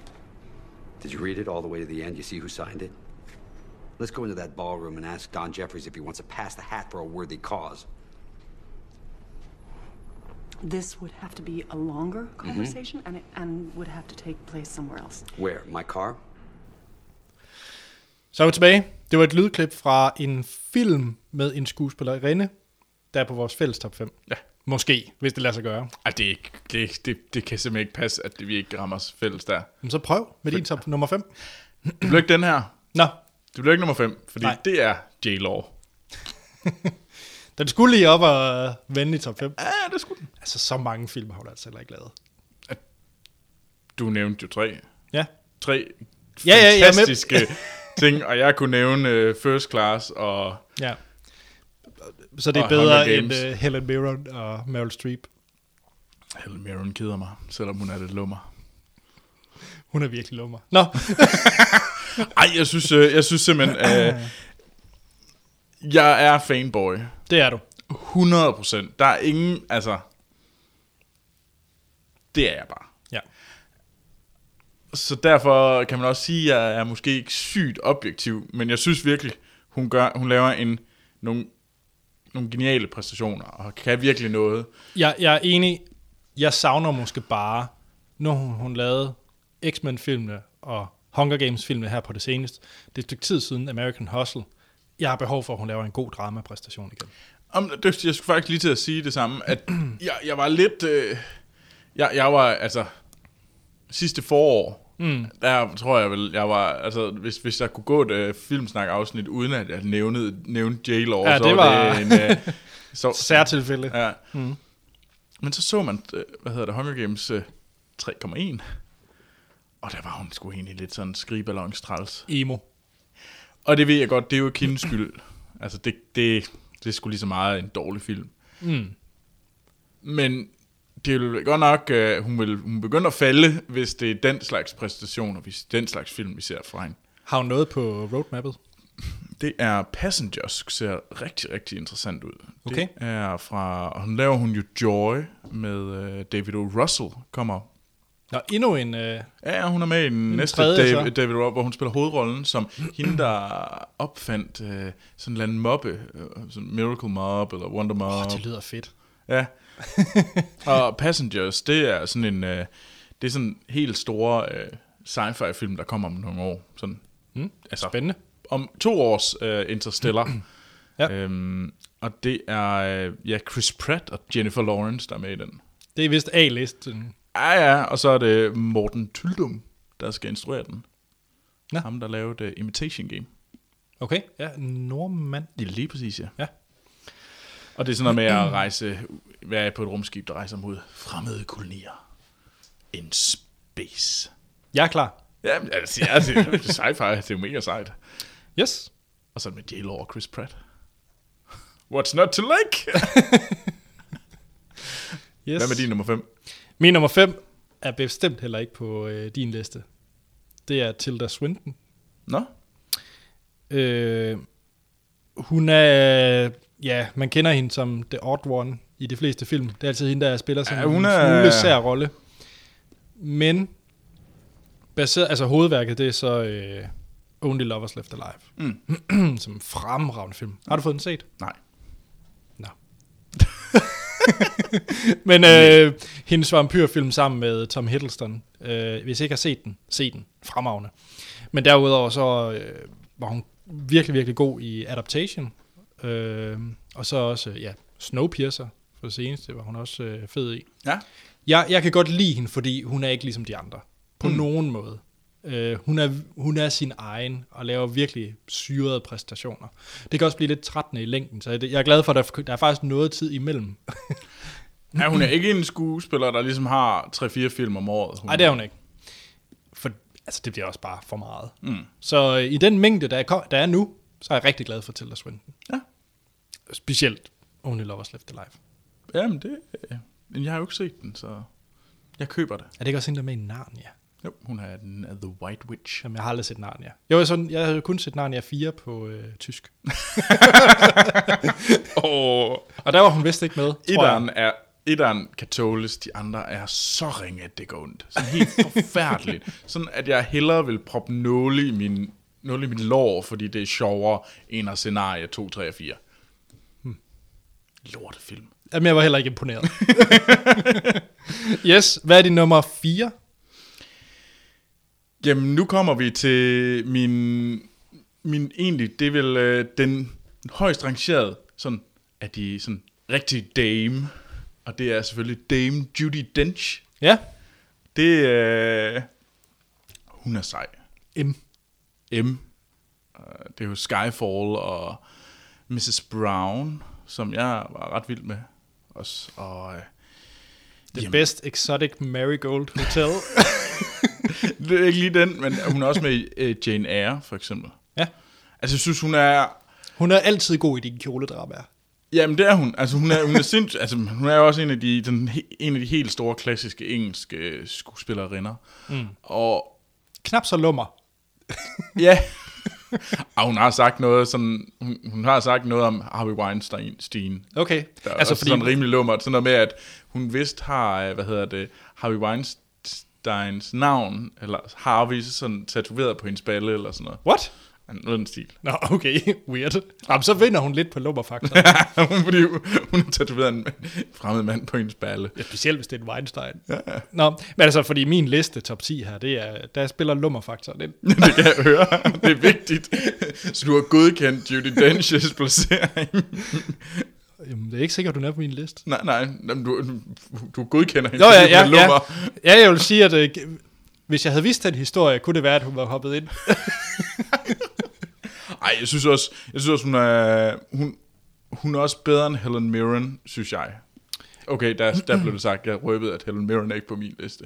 S8: Did you read it all the way to the end? You see who signed it? Let's go into that ballroom and ask Don Jeffries if he wants to pass the hat for a worthy cause.
S7: This would have to be a longer conversation and it, and would have to take place somewhere else.
S8: Where? My car?
S1: Så er vi tilbage. Det var et lydklip fra en film med en skuespillerinde, der er på vores fælles top 5.
S2: Ja.
S1: Måske, hvis det lader sig gøre.
S2: Ej, det, er ikke- det, det, det kan simpelthen ikke passe, at vi ikke rammer os fælles der.
S1: Men så prøv med din top nummer 5.
S2: Det blev ikke den her.
S1: Nå,
S2: Det blev ikke nummer 5, fordi
S1: Nej.
S2: Nej. det er J-Law.
S1: den skulle lige op og vende i top 5.
S2: Ja, det skulle den.
S1: Altså, så mange film har hun altså heller ikke lavet.
S2: Du nævnte jo tre.
S1: Ja.
S2: Tre
S1: Ja, ja, ja, men-
S2: fantastiske *laughs* ting, og jeg kunne nævne øh, First Class og...
S1: Ja. Så det er
S2: Og
S1: bedre
S2: Hunger
S1: end
S2: Games.
S1: uh, Helen Mirren og Meryl Streep.
S2: Helen Mirren keder mig, selvom hun er lidt lummer.
S1: Hun er virkelig lummer. Nå,
S2: Ej, jeg synes, øh, jeg synes simpelthen... Øh, jeg er fanboy.
S1: det er du.
S2: 100 procent. Der er ingen... Altså... Det er jeg bare.
S1: Ja.
S2: Så derfor kan man også sige, at jeg er måske ikke sygt objektiv, men jeg synes virkelig, hun, gør, hun laver en, nogle, nogle geniale præstationer, og kan virkelig noget.
S1: Jeg, jeg er enig. Jeg savner måske bare, når hun, hun lavede X-Men-filmene og Hunger Games-filmene her på det seneste. Det er et stykke tid siden American Hustle. Jeg har behov for, at hun laver en god dramapræstation igen.
S2: Om, det, jeg skulle faktisk lige til at sige det samme, at *clears throat* jeg, jeg var lidt... Øh, jeg, jeg var, altså... Sidste forår, mm. der tror jeg vel, jeg var... Altså, hvis, hvis jeg kunne gå et øh, filmsnak-afsnit, uden at jeg nævnede, nævnte J-Law,
S1: Ja,
S2: så
S1: det var-
S2: det en...
S1: *laughs*
S2: Øh, så,
S1: Særtilfælde. Ja.
S2: Ja. Mm. Men så så man, øh, hvad hedder det, Hunger Games øh, 3,1. Og der var hun sgu egentlig lidt sådan skrigeballonstræls.
S1: Emo.
S2: Og det ved jeg godt, det er jo ikke hendes skyld. Altså, det, det, det er sgu lige så meget en dårlig film. Mm. Men det er jo godt nok, øh, hun, vil, hun begynder at falde, hvis det er den slags præstationer, hvis den slags film, vi ser fra hende.
S1: Har hun noget på roadmappet?
S2: Det er Passengers, ser rigtig, rigtig interessant ud.
S1: Okay.
S2: Det er fra, og hun laver hun jo Joy med øh, David O. Russell, kommer.
S1: Nå, endnu en... Øh,
S2: Ja, ja, hun er med i den, næste
S1: tredje,
S2: Dav-
S1: så.
S2: David O. hvor hun spiller hovedrollen som hende, der opfandt øh, sådan en eller anden mobbe, øh, sådan Miracle Mob eller Wonder Mob.
S1: åh, det lyder fedt.
S2: Ja. og Passengers, det er sådan en, øh, det er sådan helt store øh, sci-fi film, der kommer om nogle år. Sådan, mm, altså,
S1: Spændende.
S2: Om to års øh, Interstellar.
S1: Ja.
S2: øhm, og det er øh, ja, Chris Pratt og Jennifer Lawrence, der er med i den.
S1: Det er vist A-listen.
S2: Ja, ja, og så er det Morten Tyldum, der skal instruere den.
S1: Nå.
S2: Ja. Ham, der lavede uh, Imitation Game.
S1: Okay, ja, nordmand.
S2: Det er lige præcis, ja. Mm.
S1: Ja.
S2: Og det er sådan noget med at rejse, være på et rumskib, der rejser mod fremmede kolonier. In space.
S1: Jeg er klar.
S2: Ja, men altså, ja, det er sci-fi, det er jo mega sejt.
S1: Yes.
S2: Og så med j og Chris Pratt. What's not to like?
S1: Yes.
S2: Hvad med din nummer 5?
S1: Min nummer 5 er bestemt heller ikke på øh, din liste. Det er Tilda Swinton.
S2: Nå?
S1: Øh, hun er... Ja, man kender hende som The Odd One i de fleste film. Det er altid hende, der spiller sådan
S2: Ja,
S1: ja, hun
S2: hun
S1: en
S2: er-
S1: smule sær rolle. Men baseret, altså hovedværket, det er så øh, Only Lovers Left Alive. Mm. *clears throat* som en fremragende film. Har du fået den set?
S2: Nej.
S1: Nå. Men øh, hendes vampyrfilm sammen med Tom Hiddleston. Øh, hvis I ikke har set den, se den. Fremragende. Men derudover så øh, var hun virkelig, virkelig god i Adaptation. Øh, og så også, øh, ja, Snowpiercer for det seneste var hun også øh, fed i.
S2: Ja?
S1: Jeg, jeg kan godt lide hende, fordi hun er ikke ligesom de andre. På mm. nogen måde. Øh, hun, er, hun er sin egen, og laver virkelig syrede præstationer. Det kan også blive lidt trættende i længden, så jeg jeg er glad for, at der, der er faktisk noget tid imellem. *laughs*
S2: Ja, hun er ikke en skuespiller, der ligesom har 3-4 film om året. Hun
S1: Nej, det er hun ikke. For altså, det bliver også bare for meget. Mm. Så øh, i den mængde, der er, kom, der er nu, så er jeg rigtig glad for Tilda Swinton.
S2: Ja.
S1: Specielt Only Lovers Left Alive.
S2: Jamen, det... øh, Men jeg har jo ikke set den, så... Jeg køber det.
S1: Er det ikke også hende, der er med i Narnia?
S2: Jo, hun er den er The White Witch.
S1: Jamen, jeg har aldrig set Narnia. Jeg, var sådan, jeg havde kun set Narnia 4 på øh, tysk.
S2: Og
S1: Og der var hun vist ikke med, tror jeg.
S2: etteren er... Etteren kan tåles, de andre er så ringe, at det går ondt. Sådan helt forfærdeligt. Sådan, at jeg hellere vil proppe nåle i min, nåle i min lår, fordi det er sjovere end at scenarie 2, 3 og 4. Lortefilm.
S1: Jamen, jeg var heller ikke imponeret. *laughs* yes, hvad er din nummer 4?
S2: Jamen, nu kommer vi til min, min egentlig, det er vel øh, den højst rangerede, sådan, af de sådan rigtige dame, og det er selvfølgelig Dame Judy Dench.
S1: Ja.
S2: Det er, øh, hun er sej.
S1: M.
S2: M. Øh, Det er jo Skyfall og Mrs. Brown, som jeg var ret vild med også. Og øh,
S1: The Best Exotic Marigold Hotel.
S2: det er ikke lige den, men hun er også med i øh, Jane Eyre, for eksempel.
S1: ja.
S2: Altså, jeg synes, hun er
S1: Hun er altid god i dine kjoledrabaer.
S2: Jamen det er hun. Altså hun er, hun er sindssyg. Altså hun er jo også en af de, den, he- en af de helt store klassiske engelske øh, skuespillerinder. Mm. Og
S1: Knap så lummer.
S2: ja, og hun har sagt noget sådan, hun, hun har sagt noget om Harvey Weinstein. Stein.
S1: Okay.
S2: Der er
S1: altså,
S2: altså
S1: fordi,
S2: sådan rimelig lummer. Sådan noget med, at hun vist har, øh, hvad hedder det, Harvey Weinsteins navn, eller Harvey sådan tatoveret på hendes balle, eller sådan noget.
S1: What?
S2: Noget i den stil. *laughs*
S1: Nå, okay. *laughs* Weird. Jamen, så vinder hun lidt på lummerfaktor.
S2: Fordi hun, hun har tatoveret en fremmed mand på hendes balle.
S1: ja, specielt hvis det er en Weinstein. Ja. Nå, men altså, fordi min liste top 10 her, det er, der spiller lummerfaktoren ind.
S2: Det kan jeg høre. Det er vigtigt. Så du har godkendt Judy Dench's placering.
S1: Jamen, det er ikke sikkert, hun er på min liste.
S2: Nej, nej. Jamen, Du, du godkender hende.
S1: Jo, ja, *laughs*
S2: fordi hun
S1: ja,
S2: er
S1: ja.
S2: lummer.
S1: ja, jeg vil sige, at øh, hvis jeg havde vidst den historie, kunne det være, at hun var hoppet ind.
S2: Ej, jeg synes også, jeg synes også hun, er, hun, hun er også bedre end Helen Mirren, synes jeg. Okay, der, der blev det sagt, jeg røbede, at Helen Mirren er ikke på min liste.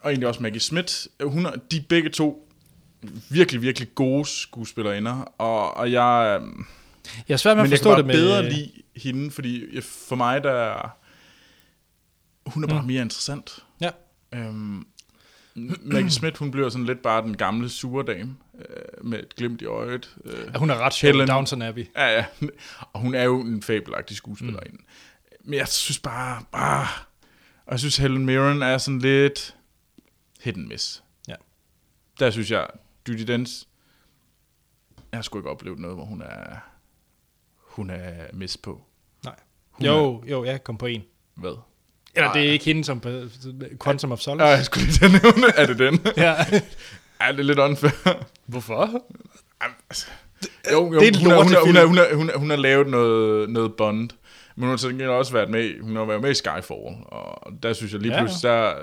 S2: Og egentlig også Maggie Smith. Hun er, de er begge to virkelig, virkelig gode skuespillerinder, og, og jeg... øhm,
S1: Jeg er svært med at
S2: Men jeg
S1: forstå
S2: kan bare
S1: det med... øh,
S2: bedre lide hende, fordi jeg- for mig, der er- hun er bare
S1: Mm.
S2: mere interessant.
S1: Ja.
S2: Øhm,
S1: *clears throat*
S2: Maggie Smith, hun bliver sådan lidt bare den gamle sure dame, øh, med et glimt i øjet. Øh,
S1: Ja, Hun er ret sjov i
S2: Helen.
S1: Downton Abbey.
S2: ja, ja. Og hun er jo en fabelagtig
S1: Mm.
S2: skuespillerinde. Men jeg synes bare, ah, og jeg synes Helen Mirren er sådan lidt hit and miss.
S1: Ja.
S2: Der synes jeg, Judy Dench, jeg har sgu ikke oplevet noget, hvor hun er, hun er miss på.
S1: Nej. Jo, jo, jeg kom på en.
S2: Hvad?
S1: Eller det er ikke hende som på Quantum of
S2: Nej,
S1: Solace.
S2: jeg skulle lige til at nævne,
S1: *laughs*
S2: er det den? *laughs*
S1: Ja.
S2: Er det er lidt unfair?
S1: Hvorfor?
S2: Jamen, altså, Jo, jo,
S1: det er en
S2: hun, har, hun, har, hun,
S1: lortefilm.
S2: har, hun, har, hun, har, hun har lavet noget, noget Bond, men hun har til gengæld også været med, hun har været med i Skyfall, og der synes jeg lige
S1: Ja, ja.
S2: pludselig, der,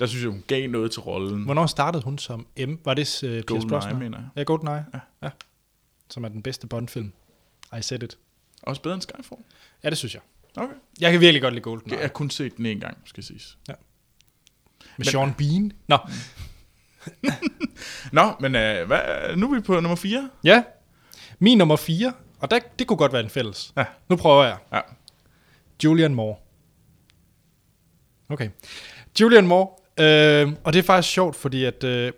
S2: der synes jeg, hun gav noget til rollen.
S1: Hvornår startede hun som M? Var det uh, Pierce Brosnan?
S2: mener jeg.
S1: Ja, GoldenEye. Ja. ja. Som er den bedste Bond-film. I said it.
S2: Også bedre end Skyfall.
S1: Ja, det synes jeg.
S2: Okay.
S1: Jeg kan virkelig godt lide
S2: Jeg
S1: GoldenEye.
S2: har kun set den en gang, skal siges.
S1: Med Sean Bean. Nå.
S2: Nå, men øh, hvad, nu er vi på nummer 4.
S1: Ja. Min nummer 4, og der, det kunne godt være en fælles.
S2: Ja.
S1: Nu prøver jeg.
S2: Ja.
S1: Julian Moore. Okay. Julian Moore. Øh, og det er faktisk sjovt, fordi at øh,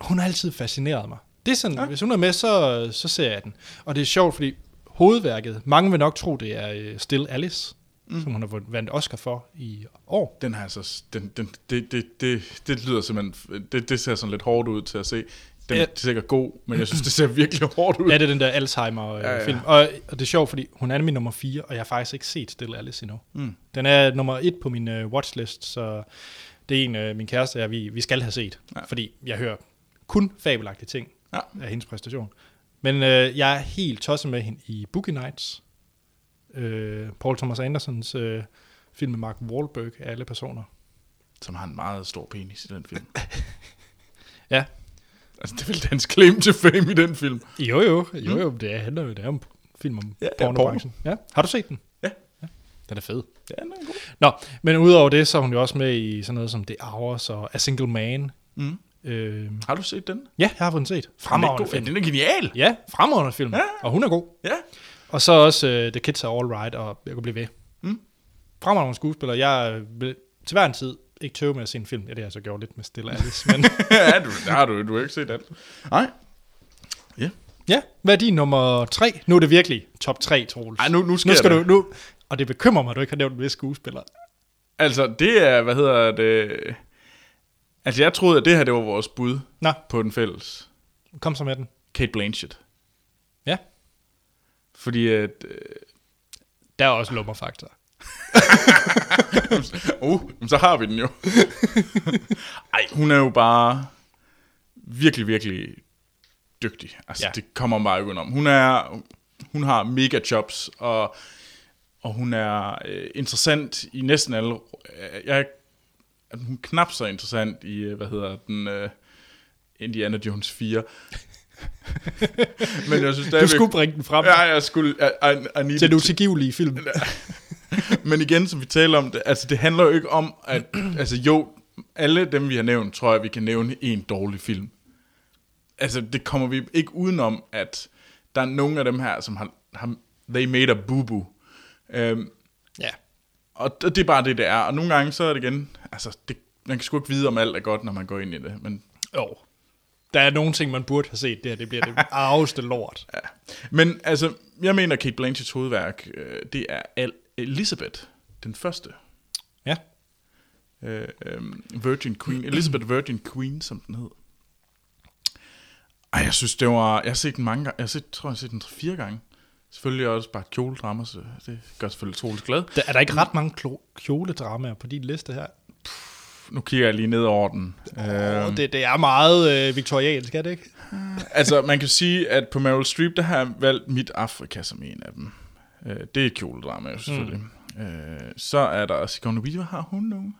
S1: hun har altid fascineret mig. Det er sådan, ja. hvis hun er med, så, så ser jeg den. Og det er sjovt, fordi hovedværket, mange vil nok tro, det er øh, Still Alice, mm. som hun har vundet- vandt Oscar for i år.
S2: Den her, så, den, den, det, det, det, det lyder simpelthen, det, det ser sådan lidt hårdt ud til at se. Den
S1: Ja.
S2: er sikkert god, men jeg synes, det ser virkelig hårdt ud.
S1: *laughs* Ja, det er den der Alzheimer-film. Øh,
S2: Ja, ja.
S1: film. og, og det er sjovt, fordi hun er min nummer 4, og jeg har faktisk ikke set Still Alice endnu. Mm. Den er nummer 1 på min øh, watchlist, så det er en, øh, min kæreste og jeg, vi, vi skal have set. Ja. Fordi jeg hører kun fabelagtige ting
S2: Ja.
S1: ja. af hendes præstation. Men øh, jeg er helt tosset med hende i Boogie Nights. Øh, Paul Thomas Andersons øh, film med Mark Wahlberg af alle personer.
S2: Som har en meget stor penis i den film.
S1: Ja,
S2: altså, det er vel dansk claim to fame i den film.
S1: jo jo, jo jo, det handler jo det er om film om
S2: Mm. Ja,
S1: ja,
S2: ja,
S1: pornobranchen. Ja, Har du set den?
S2: Ja.
S1: Den er fed.
S2: Ja, den er god.
S1: Nå, men udover det, så er hun jo også med i sådan noget som The Hours og A Single Man.
S2: Mm.
S1: Øh,
S2: Har du set den?
S1: ja, jeg har fået den set.
S2: den er,
S1: Fremragende
S2: god. Ja,
S1: film.
S2: den er genial.
S1: Ja, fremragende film.
S2: Ja.
S1: Ja. Og hun er god.
S2: Ja. *laughs*
S1: Og så også uh, The Kids Are All Right, og jeg kunne blive ved. Mm. Fremragende skuespiller. Jeg øh, vil til hver en tid ikke tøve med at se en film. Ja, det har jeg så gjort lidt med Stille Alice.
S2: *laughs*
S1: men
S2: ja, du, der har du, du har ikke set den. Nej. Ja.
S1: ja, hvad er din nummer tre? Nu er det virkelig top tre, Troels.
S2: Ej, nu- nu sker
S1: nu skal
S2: det.
S1: Du, nu, og det bekymrer mig, at du ikke har nævnt en vis skuespiller.
S2: Altså, det er, hvad hedder det... Altså, jeg troede, at det her, det var vores bud
S1: Nå.
S2: på den fælles.
S1: Kom så med den.
S2: Kate Blanchett.
S1: Ja,
S2: Fordi at... Øh,
S1: der er også lummerfaktor.
S2: *laughs* uh, men så har
S1: *laughs*
S2: vi den jo. Ej, hun er jo bare virkelig, virkelig dygtig. Altså, ja.
S1: Ja.
S2: det kommer meget ikke udenom. Hun er... Hun har mega jobs, og, og hun er øh, interessant i næsten alle... øh, Jeg, at hun er knap så interessant i, øh, hvad hedder den, øh, Indiana Jones
S1: *laughs*
S2: 4. *laughs* Men jeg synes,
S1: Du
S2: stadigvæk-
S1: skulle bringe den frem
S2: Ja, jeg skulle... I, I, I needed
S1: til
S2: to.
S1: du tilgivelige film.
S2: Men igen, som vi taler om det, altså det handler jo ikke om, at *clears throat* altså jo, alle dem vi har nævnt, tror jeg, vi kan nævne en dårlig film. Altså det kommer vi ikke udenom, at der er nogle af dem her, som har, har they made a boo-boo. Øhm,
S1: Ja.
S2: og det, det er bare det, det er. Og nogle gange så er det igen, altså det, man kan sgu ikke vide, om alt er godt, når man går ind i det. Men,
S1: Jo. Der er nogle ting, man burde have set. Det her det *laughs* bliver det arveste lort.
S2: ja. men altså, jeg mener Kate Blanchetts hovedværk, øh, det er Al- Elizabeth, den første.
S1: Ja.
S2: øh, øh, Virgin Queen, Elizabeth Virgin Queen, som den hed. Ej, jeg synes, det var... Jeg har set den mange gange. Jeg har set, tror, jeg har set den fire gange. Selvfølgelig også bare kjoledrama, så det gør selvfølgelig troligt glad.
S1: Der, er der ikke ret mange klo- kjoledramaer på din liste her?
S2: Nu kigger jeg lige ned over den.
S1: Og
S2: Øh,
S1: det, det er meget øh, viktoriansk, er det ikke?
S2: altså, man kan sige, at på Meryl Streep, der har jeg valgt Mit Afrika som en af dem. Øh, det er et kjoledrama, jo, selvfølgelig. Mm. Øh, så er der Sigourney Weaver. Har hun nogen?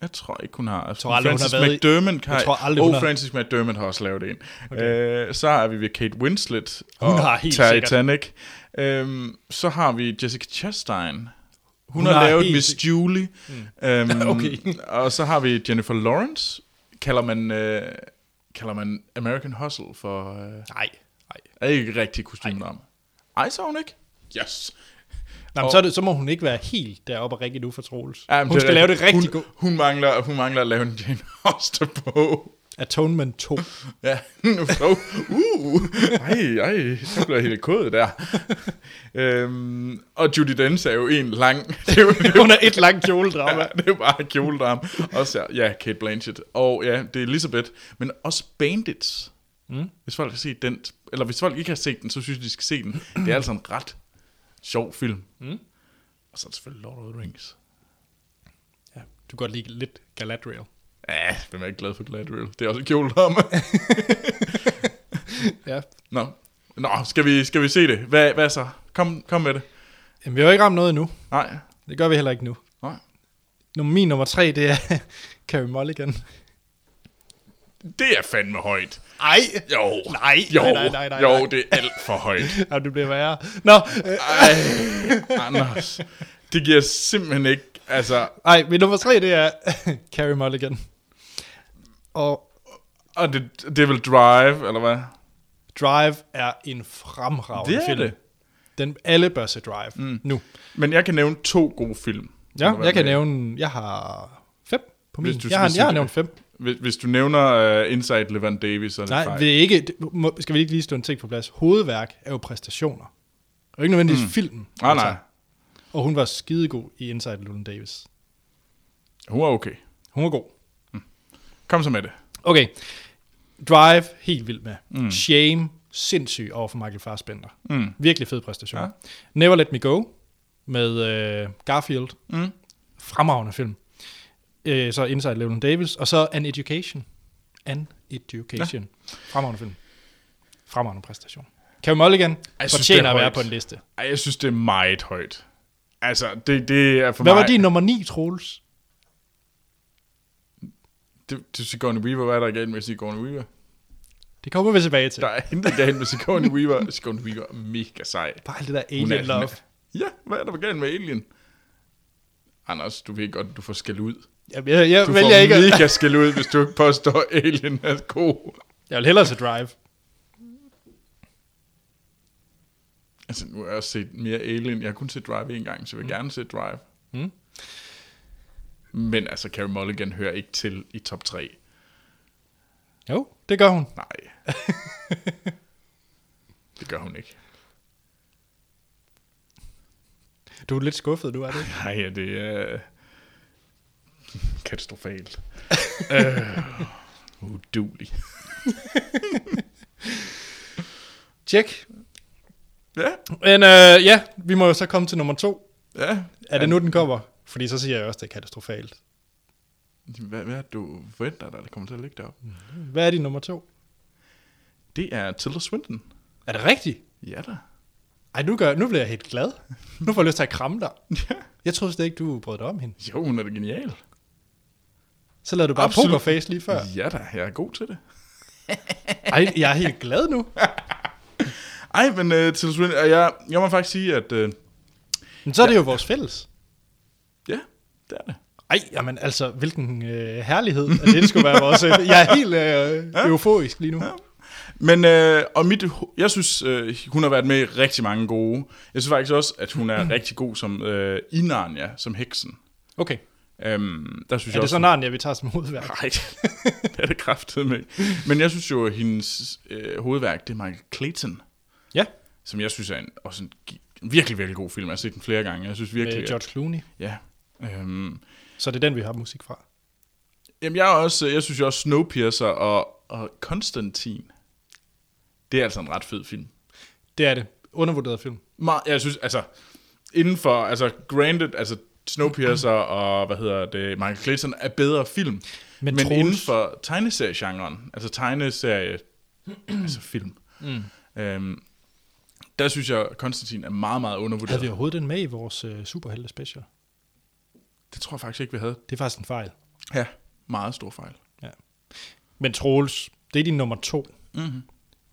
S2: Jeg tror ikke, hun har. Jeg
S1: tror aldrig, hun har været i-
S2: McDermott har...
S1: Jeg tror aldrig,
S2: oh,
S1: hun har-
S2: Francis McDermott har også lavet en. Okay. Øh, så er vi ved Kate Winslet
S1: Hun
S2: og
S1: har helt sikkert.
S2: Titanic. Øhm, så har vi Jessica Chastain. Hun, hun har,
S1: har
S2: lavet
S1: helt
S2: Miss
S1: sikkert-
S2: Julie. Mm. Øhm,
S1: *laughs* Okay.
S2: og så har vi Jennifer Lawrence. Kalder man, øh, kalder man American Hustle for... Øh,
S1: Nej. Nej.
S2: er ikke rigtig kostymedrama. Ej, så er hun ikke. Yes.
S1: Nå, men så, er det, så må hun ikke være helt deroppe og rigtig nu for Troels.
S2: Ja,
S1: Ja,
S2: men
S1: hun skal
S2: er
S1: lave det rigtig
S2: hun,
S1: godt.
S2: Hun mangler, hun mangler at lave en Jane Austen på.
S1: Atonement *laughs* 2.
S2: Ja, *laughs* nu så. Uh, ej, ej, så blev jeg helt
S1: *laughs*
S2: kået der. øhm, og Judy Dench er jo en lang... *laughs* Det er jo, det er jo,
S1: Hun er et langt kjoledrama.
S2: ja, *laughs* det er jo bare kjoledram. Også, ja, ja, Kate Blanchett. Og ja, det er Elizabeth. Men også Bandits. Mm. Hvis folk har set den, eller hvis folk ikke har set den, så synes jeg, de skal se den. Det er altså en ret sjov film. Mm. Og så er det selvfølgelig Lord of the Rings.
S1: Ja, du kan godt lide lidt Galadriel.
S2: Ja, hvem er ikke glad for Gladrill? Det er også et kjoledrama.
S1: *laughs* Ja.
S2: Nå, Nå skal, vi, skal vi se det? Hvad, hvad så? Kom, kom med det.
S1: Jamen, vi har jo ikke ramt noget endnu.
S2: Nej,
S1: Det gør vi heller ikke nu.
S2: nej.
S1: Nummer, min nummer tre, det er *laughs* Carey Mulligan.
S2: Det er fandme højt.
S1: Ej!
S2: Jo,
S1: Nej,
S2: jo,
S1: nej, nej, nej, nej.
S2: jo, det er alt for højt.
S1: Ja, det bliver værre. Nå, øh,
S2: Ej, Anders, det giver simpelthen ikke, altså,
S1: ej, min nummer tre, det er *laughs* Carey Mulligan. Og
S2: og det, det er vel Drive, eller hvad?
S1: Drive er en fremragende
S2: Det er
S1: film.
S2: det.
S1: Den, alle bør se Drive mm. nu.
S2: Men jeg kan nævne to gode film.
S1: Ja,
S2: være
S1: jeg kan
S2: med.
S1: nævne, jeg har fem på min.
S2: Hvis du
S1: Jeg har,
S2: skal
S1: jeg har
S2: sige-
S1: nævnt fem.
S2: Hvis, hvis du nævner uh, Inside Levant Davis, så er det
S1: Nej,
S2: fejl.
S1: det er ikke, det må, skal vi ikke lige stå en ting på plads. Hovedværk er jo præstationer. Det er jo ikke nødvendigvis mm. filmen.
S2: Ah, Nej, nej.
S1: Og hun var skidegod i Inside Llewyn Davis.
S2: Hun er okay.
S1: Hun var god.
S2: Kom så med det.
S1: Okay. Drive, helt vild med. Mm. Shame, sindssyg over for Michael Fassbender. Mm. Virkelig fed præstation. Ja.
S2: Ja.
S1: Never Let Me Go med øh, Garfield. Mm. Fremragende film. Øh, så Inside Llewyn Davis. Og så An Education. An Education. Ja. Fremragende film. Fremragende præstation. Kevin Mulligan
S2: Jeg synes, det
S1: fortjener
S2: er
S1: at være
S2: højt.
S1: på en liste.
S2: Ej, jeg synes, det er meget højt. Altså, det, det er for
S1: Hvad
S2: mig...
S1: var din nummer 9, Troels?
S2: Det, det er Sigourney Weaver. Hvad er der galt med Sigourney Weaver?
S1: Det kommer vi tilbage til.
S2: Der er intet galt med Sigourney
S1: *laughs*
S2: Weaver. Sigourney Weaver er mega sej.
S1: Bare alt det der
S2: Hun er-
S1: alien love.
S2: Ja, hvad er der galt med Alien? Anders, du ved godt, at du får skæld ud.
S1: Jeg, jeg, jeg
S2: Du
S1: vælger
S2: får
S1: ikke. at-
S2: mega skæld ud, hvis du ikke påstår, at Alien er god.
S1: Jeg vil hellere se Drive.
S2: Altså, nu har jeg også set mere Alien. Jeg har kun set Drive en gang, så jeg vil mm. gerne se Drive.
S1: Mm.
S2: Men altså, Carey Mulligan hører ikke til i top 3.
S1: Jo, det gør hun. *laughs*
S2: Nej. det gør hun ikke.
S1: Du er lidt skuffet, du er det.
S2: Nej, ja, det er øh,
S1: *laughs*
S2: katastrofalt. øh, udulig.
S1: Tjek.
S2: Ja,
S1: Men øh, ja, vi må jo så komme til nummer to.
S2: ja.
S1: Er det nu, den kommer? Fordi så siger jeg også, det er katastrofalt.
S2: Hvad, hvad er det, du forventer dig, der kommer til at ligge deroppe?
S1: Hvad er din nummer to?
S2: Det er Tilda Swinton.
S1: Er det rigtigt?
S2: Ja da.
S1: Ej, nu, gør, nu bliver jeg helt glad. Nu får jeg lyst til at kramme dig. Jeg troede slet ikke, du brød dig om hende.
S2: *laughs* Jo, hun er da genial.
S1: Så lavede du bare
S2: Absolut.
S1: pokerface lige før.
S2: Ja da, jeg er god til det.
S1: Ej, jeg er helt glad nu.
S2: Ej, men uh, Tilda Swinton, og jeg, jeg må faktisk sige, at uh,
S1: Men så er det jo vores fælles.
S2: ja, det er det.
S1: Ej, jamen altså, hvilken øh, herlighed, at det skulle være vores... Øh, jeg er helt øh, euforisk lige nu.
S2: Men, øh, og mit, jeg synes, øh, hun har været med i rigtig mange gode. Jeg synes faktisk også, at hun er rigtig god som øh, i Narnia, som heksen.
S1: Okay,
S2: Øhm, der synes
S1: er
S2: jeg
S1: det
S2: også,
S1: så Narnia, vi tager som hovedværk?
S2: Nej, *laughs* det er det kraftet med. Men jeg synes jo, at hendes øh, hovedværk, det er Michael Clayton,
S1: Ja,
S2: som jeg synes er en, også en gi- virkelig, virkelig god film. Jeg har set den flere gange. Jeg synes virkelig...
S1: med George Clooney.
S2: At, ja. Øhm,
S1: Så det er den, vi har musik fra.
S2: jamen, jeg, er også, øh, jeg synes jo også Snowpiercer og, og Konstantin. Det er altså en ret fed film.
S1: Det er det. Undervurderet film.
S2: Meget, jeg synes, altså, inden for, altså, granted, altså, *clears throat* Snowpiercer og, hvad hedder det, Michael Clayton er bedre film.
S1: Men
S2: Men, men
S1: Troels-
S2: inden for tegneseriegenren, altså tegneserie, *clears throat* altså film, mm. øhm, der synes jeg, Konstantin er meget, meget
S1: Havde
S2: undervurderet.
S1: vi overhovedet den med i vores øh, superhelte special?
S2: Det tror jeg faktisk ikke, vi havde.
S1: Det er faktisk en fejl.
S2: Ja, meget stor fejl.
S1: Ja. Men Troels, det er din nummer to. Mm-hmm.
S2: Mhm.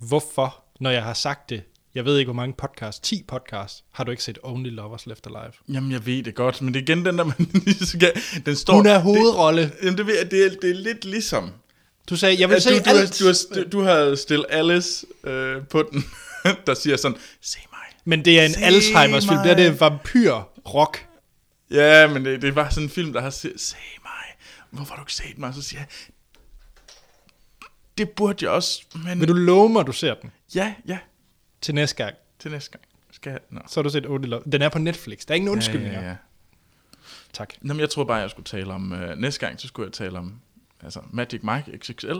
S1: Hvorfor, når jeg har sagt det, jeg ved ikke hvor mange podcasts, 10 podcasts, har du ikke set Only Lovers Left Alive?
S2: Jamen, jeg ved det godt, men det er igen den der, *laughs* man lige skal, den står...
S1: Hun er
S2: det-
S1: hovedrolle.
S2: Jamen, det, ved jeg, det, er, det er lidt ligesom,
S1: Du sagde, jeg vil
S2: Ja,
S1: se
S2: du, du,
S1: alt.
S2: har, du, har, st- du har stillet Alice øh, på den, *laughs* der siger sådan, se mig.
S1: Men det er en
S2: Se
S1: Alzheimer's film, det er
S2: mig.
S1: det vampyr-rock.
S2: Ja, men det, det er bare sådan en film, der har se, se mig. Hvorfor har du ikke set mig? Så siger jeg, det burde jeg også, men...
S1: Vil du love mig, du ser den
S2: Ja, ja,
S1: til næste gang?
S2: til næste gang. Skal jeg... Nå.
S1: Så har du set Only Lovers. Den er på Netflix, der er ingen undskyldninger.
S2: Ja, ja, ja.
S1: Tak.
S2: Nå, men jeg tror bare, jeg skulle tale om... Øh, næste gang, så skulle jeg tale om altså, Magic Mike XXL.
S1: *laughs*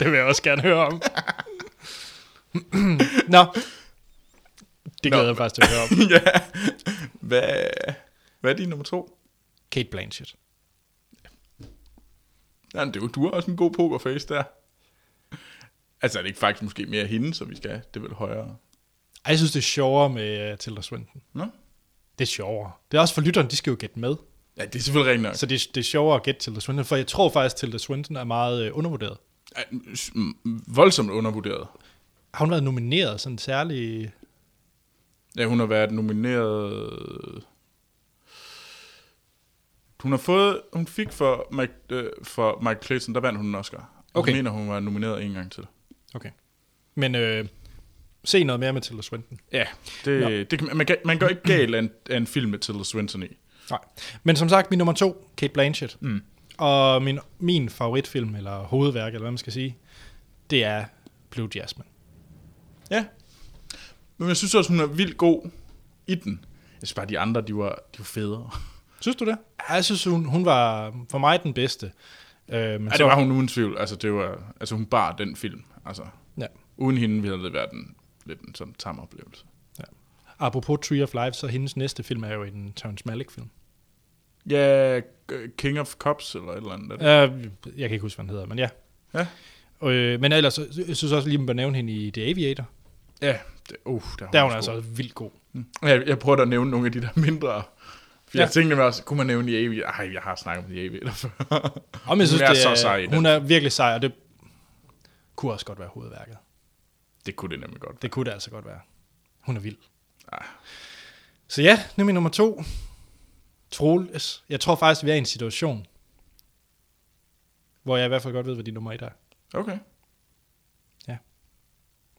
S1: Det vil jeg også gerne høre om. *laughs* Nå. Det glæder
S2: Nå.
S1: jeg faktisk til at høre om.
S2: *laughs* ja. Hvad, hvad er din nummer to?
S1: Kate Blanchett.
S2: Nej, men det er jo, du har også en god pokerface der. Altså er det ikke faktisk måske mere hende, som vi skal? Det er vel højere.
S1: Ej, jeg synes, det er sjovere med uh, Tilda Swinton.
S2: Nå?
S1: Det er sjovere. Det er også for lytteren, de skal jo gætte med.
S2: Ja, det er selvfølgelig rigtigt nok.
S1: Så det, er- det er sjovere at gætte Tilda Swinton, for jeg tror faktisk, Tilda Swinton er meget uh, undervurderet.
S2: Ej, s- m- voldsomt undervurderet.
S1: Har hun været nomineret sådan særlig...
S2: Ja, hun har været nomineret... Hun har fået... Hun fik for Mike, øh, for Mike Clayton, der vandt hun en Oscar. Og
S1: Okay.
S2: Jeg mener, hun var nomineret en gang til.
S1: Okay. Men øh, se noget mere med Tilda Swinton.
S2: Ja, det, det, kan- man, kan, man går ikke galt af en, af en film med Tilda Swinton i.
S1: Nej. Men som sagt, min nummer to, Kate Blanchett. Mm. Og min, min favoritfilm, eller hovedværk, eller hvad man skal sige, det er Blue Jasmine.
S2: Ja. Men jeg synes også, hun er vildt god i den. Jeg synes bare, de andre, de var, de var federe.
S1: Synes du det? Ja, Jeg synes, hun, hun var for mig den bedste. Øh, men
S2: Ja, det var hun uden tvivl. Altså, det var, altså hun bar den film. Altså,
S1: Ja.
S2: uden hende ville det være den, lidt en sådan tam oplevelse.
S1: Apropos Tree of Life, så hendes næste film er jo en Terrence Malick-film.
S2: Ja, K- King of Cops eller et eller andet. Ja.
S1: Øh, jeg kan ikke huske, hvad den hedder, men ja.
S2: Ja.
S1: Øh, men ellers, så- jeg synes også lige, man bør nævne hende i The Aviator.
S2: ja det, uh, der,
S1: Der er hun
S2: også
S1: altså
S2: god.
S1: vildt god.
S2: Mm. Jeg, jeg prøver at nævne nogle af de der mindre... For ja.
S1: Ja.
S2: jeg tænkte mig også, kunne man nævne i Aviator? Ej, jeg har snakket om The Aviator før.
S1: Og jeg synes,
S2: hun er
S1: det
S2: så sej i den.
S1: Hun er virkelig sej, og det kunne også godt være hovedværket.
S2: Det kunne det nemlig godt.
S1: Det kunne det altså godt være. Hun er vild.
S2: Ah.
S1: Så ja, nu er min nummer to. Troels. Jeg tror faktisk, vi er i en situation, hvor jeg i hvert fald godt ved, hvad din nummer et er.
S2: Okay.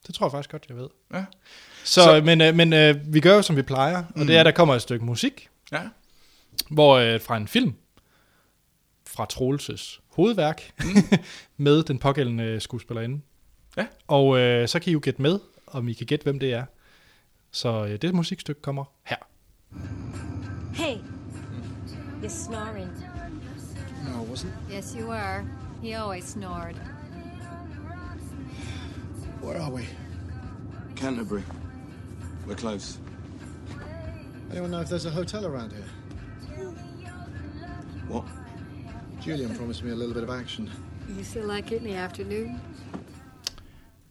S1: Det tror jeg faktisk godt, jeg ved.
S2: Ja.
S1: Så, så men, øh, men øh, vi gør jo, som vi plejer, og mm. det er, at der kommer et stykke musik,
S2: Ja.
S1: hvor øh, fra en film, fra Troelses hovedværk, mm. *laughs* med den pågældende øh, skuespillerinde.
S2: Ja.
S1: Og øh, så kan I jo gætte med, om I kan gætte, hvem det er. Så øh, det musikstykke kommer her.
S9: Hey, you're snoring. No, I wasn't. Yes, you were. He always snored.
S10: Where are we?
S5: Canterbury. We're close.
S10: Anyone know if there's a hotel around here?
S5: What?
S10: Julian promised me a little bit of action.
S9: You feel like it in the afternoon?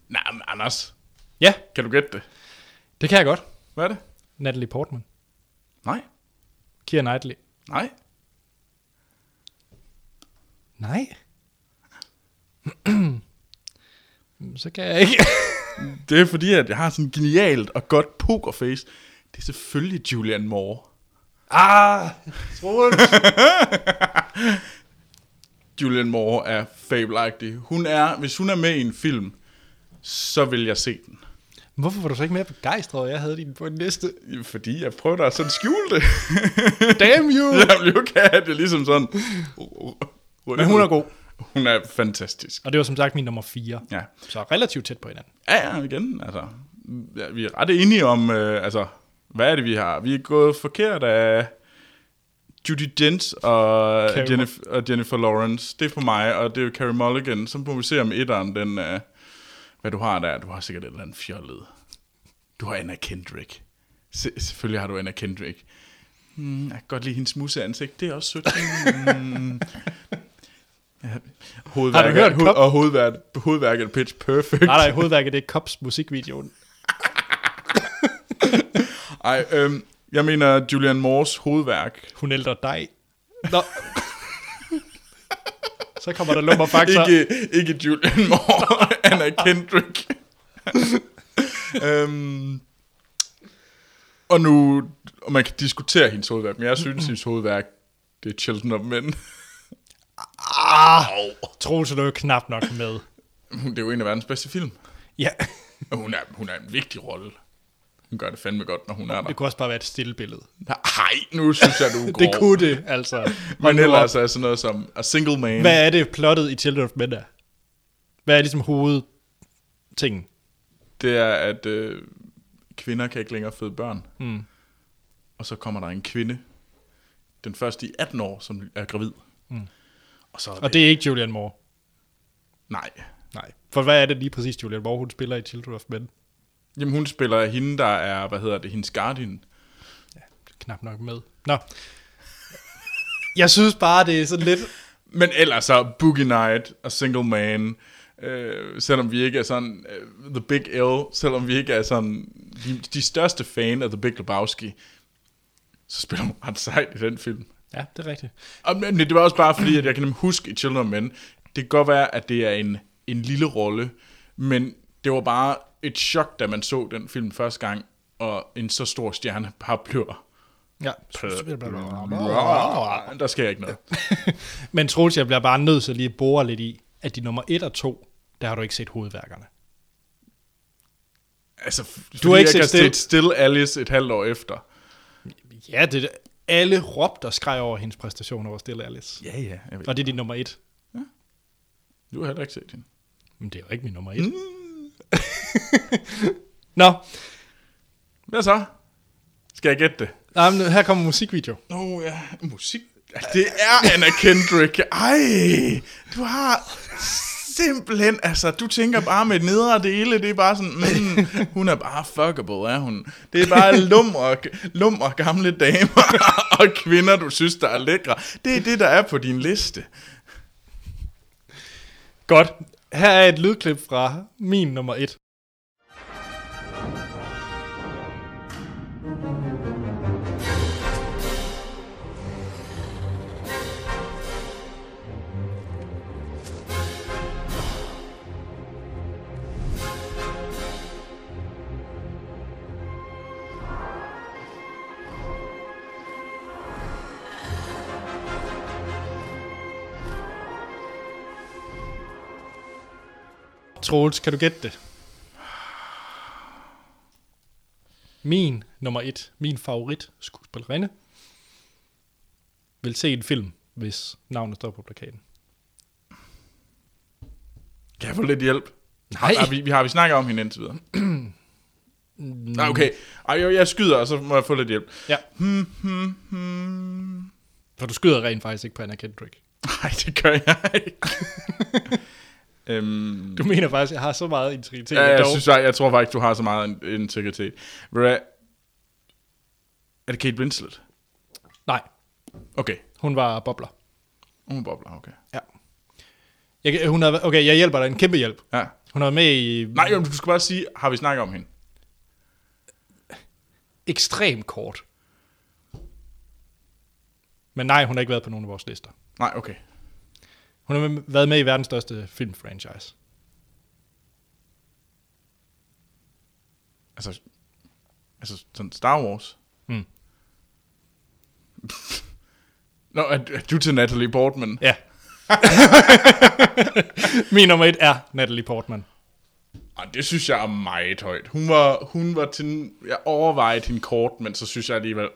S2: Nej, men Anders,
S1: Ja,
S2: kan du gætte det?
S1: det kan jeg godt.
S2: Hvad er det?
S1: Natalie Portman,
S2: Nej.
S1: Keira Knightley.
S2: Nej.
S1: Nej. *clears throat* så kan jeg ikke. *laughs*
S2: Det er fordi, at jeg har sådan en genialt og godt pokerface. Det er selvfølgelig Julian Moore.
S1: ah,
S2: *laughs* Julian Moore er fabelagtig. Hun er, hvis hun er med i en film, så vil jeg se den.
S1: Hvorfor var du så ikke mere begejstret, og jeg havde din på den næste?
S2: Fordi jeg prøver at sådan skjule det.
S1: *laughs* Damn you!
S2: *laughs* jeg vil jo ikke have at det er ligesom sådan. Men
S1: hun er god.
S2: Hun er fantastisk.
S1: Og det var som sagt min nummer 4.
S2: Ja.
S1: Så relativt tæt på hinanden.
S2: Ja, ja, igen, altså. Ja, vi er ret enige om, øh, altså, hvad er det, vi har? Vi er gået forkert af Judy Dent og,
S1: Carey
S2: Jennifer, og Jennifer Lawrence. Det er for mig, og det er jo Carey Mulligan. Så må vi se om etteren, den, øh, hvad du har der. Du har sikkert et eller andet fjollet. Du har Anna Kendrick. Se, selvfølgelig har du Anna Kendrick. Mm, jeg kan godt lide hendes musse ansigt. Det er også sødt. Mm. *laughs* Ja, Hovedværket,
S1: Hmm. hørt
S2: ho-
S1: Cop?
S2: og hovedværket, hovedværket Pitch Perfect.
S1: Nej, nej, hovedværket det er Cops musikvideoen.
S2: Ej, øhm, jeg mener Julian Moores hovedværk.
S1: Hun ældre dig. Nå. *laughs* så kommer der lummer faktor.
S2: Ikke, ikke Julian Moore, *laughs* Anna Kendrick.
S1: *laughs*
S2: øhm, og nu, og man kan diskutere hendes hovedværk, men jeg synes, hendes hovedværk, det er Children of Men.
S1: Ah. Troels er jo knap nok med.
S2: Det er jo en af verdens bedste film.
S1: Ja,
S2: Og hun er, hun er en vigtig rolle. Hun gør det fandme godt, når hun er der.
S1: det kunne også bare være et stille billede.
S2: Nej, nu synes jeg, du er
S1: *laughs*
S2: grov.
S1: Det kunne det, altså. Hold
S2: Men
S1: nu
S2: ellers
S1: op.
S2: er sådan noget som A Single Man.
S1: Hvad er det plottet i Children of Men er? Hvad er ligesom hovedtingen?
S2: det er, at øh, kvinder kan ikke længere føde børn. Mm. Og så kommer der en kvinde, den første i 18 år, som er gravid. Mm. Og så er
S1: Og det er ikke Julian Moore.
S2: Nej.
S1: Nej. For hvad er det lige præcis, Julian Moore, hun spiller i Children of Men?
S2: Jamen hun spiller hende, der er, hvad hedder det, hendes guardian.
S1: Knap nok med. Nå. *laughs* Jeg synes bare, det er sådan lidt...
S2: Men ellers så Boogie Night og Single Man, øh, selvom vi ikke er sådan øh, The Big L, selvom vi ikke er sådan de, de største fan af The Big Lebowski, så spiller hun ret sejt i den film.
S1: Ja, det er rigtigt.
S2: Og, men det var også bare fordi, at jeg kan nemlig huske i Children of Men, det kan godt være, at det er en, en lille rolle, men det var bare et chok, da man så den film første gang, og en så stor stjerne bare bliver...
S1: Ja.
S2: Der sker ikke noget.
S1: Men Troels, jeg bliver bare nødt til at lige at bore lidt i, at de nummer 1 og 2, der har du ikke set hovedværkerne.
S2: Altså, f-
S1: Du har ikke
S2: fordi jeg
S1: set
S2: kan
S1: Still.
S2: set Still Alice et halvt år efter.
S1: Ja, det er det. Alle råbte og skreg over hendes præstation over Stille Alice.
S2: Ja, ja. Jeg ved.
S1: Og det er din nummer et.
S2: Du har heller ikke set hende.
S1: Men det er jo ikke min nummer et. *laughs* Nå,
S2: Hvad så? Skal jeg gætte det?
S1: nej, men her kommer musikvideo.
S2: Nå oh, ja, musik. Det er Anna Kendrick. Ej, du har simpelthen, altså, du tænker bare med nedre dele, det er bare sådan, mm, hun er bare fuckable, er hun. Det er bare lumre, lumre gamle damer og kvinder, du synes, der er lækre. Det er det, der er på din liste.
S1: Godt. Her er et lydklip fra min nummer et. Troels, kan du gætte det? Min nummer et, min favorit skuespillerinde, vil se en film, hvis navnet står på plakaten.
S2: Kan jeg få lidt hjælp?
S1: Nej.
S2: Har vi, vi, har vi snakket om hende indtil videre? Nej, okay. Ej, jo, jeg skyder, og så må jeg få lidt hjælp. Hmm,
S1: Ja. For du skyder rent faktisk ikke på Anna Kendrick.
S2: Nej, det gør jeg ikke. *laughs* øhm,
S1: Du mener faktisk, at jeg har så meget integritet.
S2: Ja, jeg,
S1: dog.
S2: synes, jeg, jeg tror faktisk, du har så meget in- integritet. Ved du hvad? Er det Kate Winslet?
S1: Nej,
S2: Okay.
S1: hun var bobler.
S2: Hun er bobler, okay.
S1: Ja. Jeg, kan- hun havde, okay, jeg hjælper dig. En kæmpe hjælp.
S2: Ja.
S1: Hun har været med i
S2: Nej, jo, men du skal bare sige, har vi snakket om hende?
S1: ekstrem kort. Men nej, hun har ikke været på nogen af vores lister.
S2: Nej, okay.
S1: Hun har været med i verdens største filmfranchise.
S2: Altså, altså sådan Star Wars.
S1: Mm.
S2: *laughs* Nå, er, er du til Natalie Portman?
S1: Ja. *laughs* Min nummer et er Natalie Portman.
S2: Ej, Ah, det synes jeg er meget højt. Hun var, hun var til... Jeg overvejede hende kort, men så synes jeg alligevel...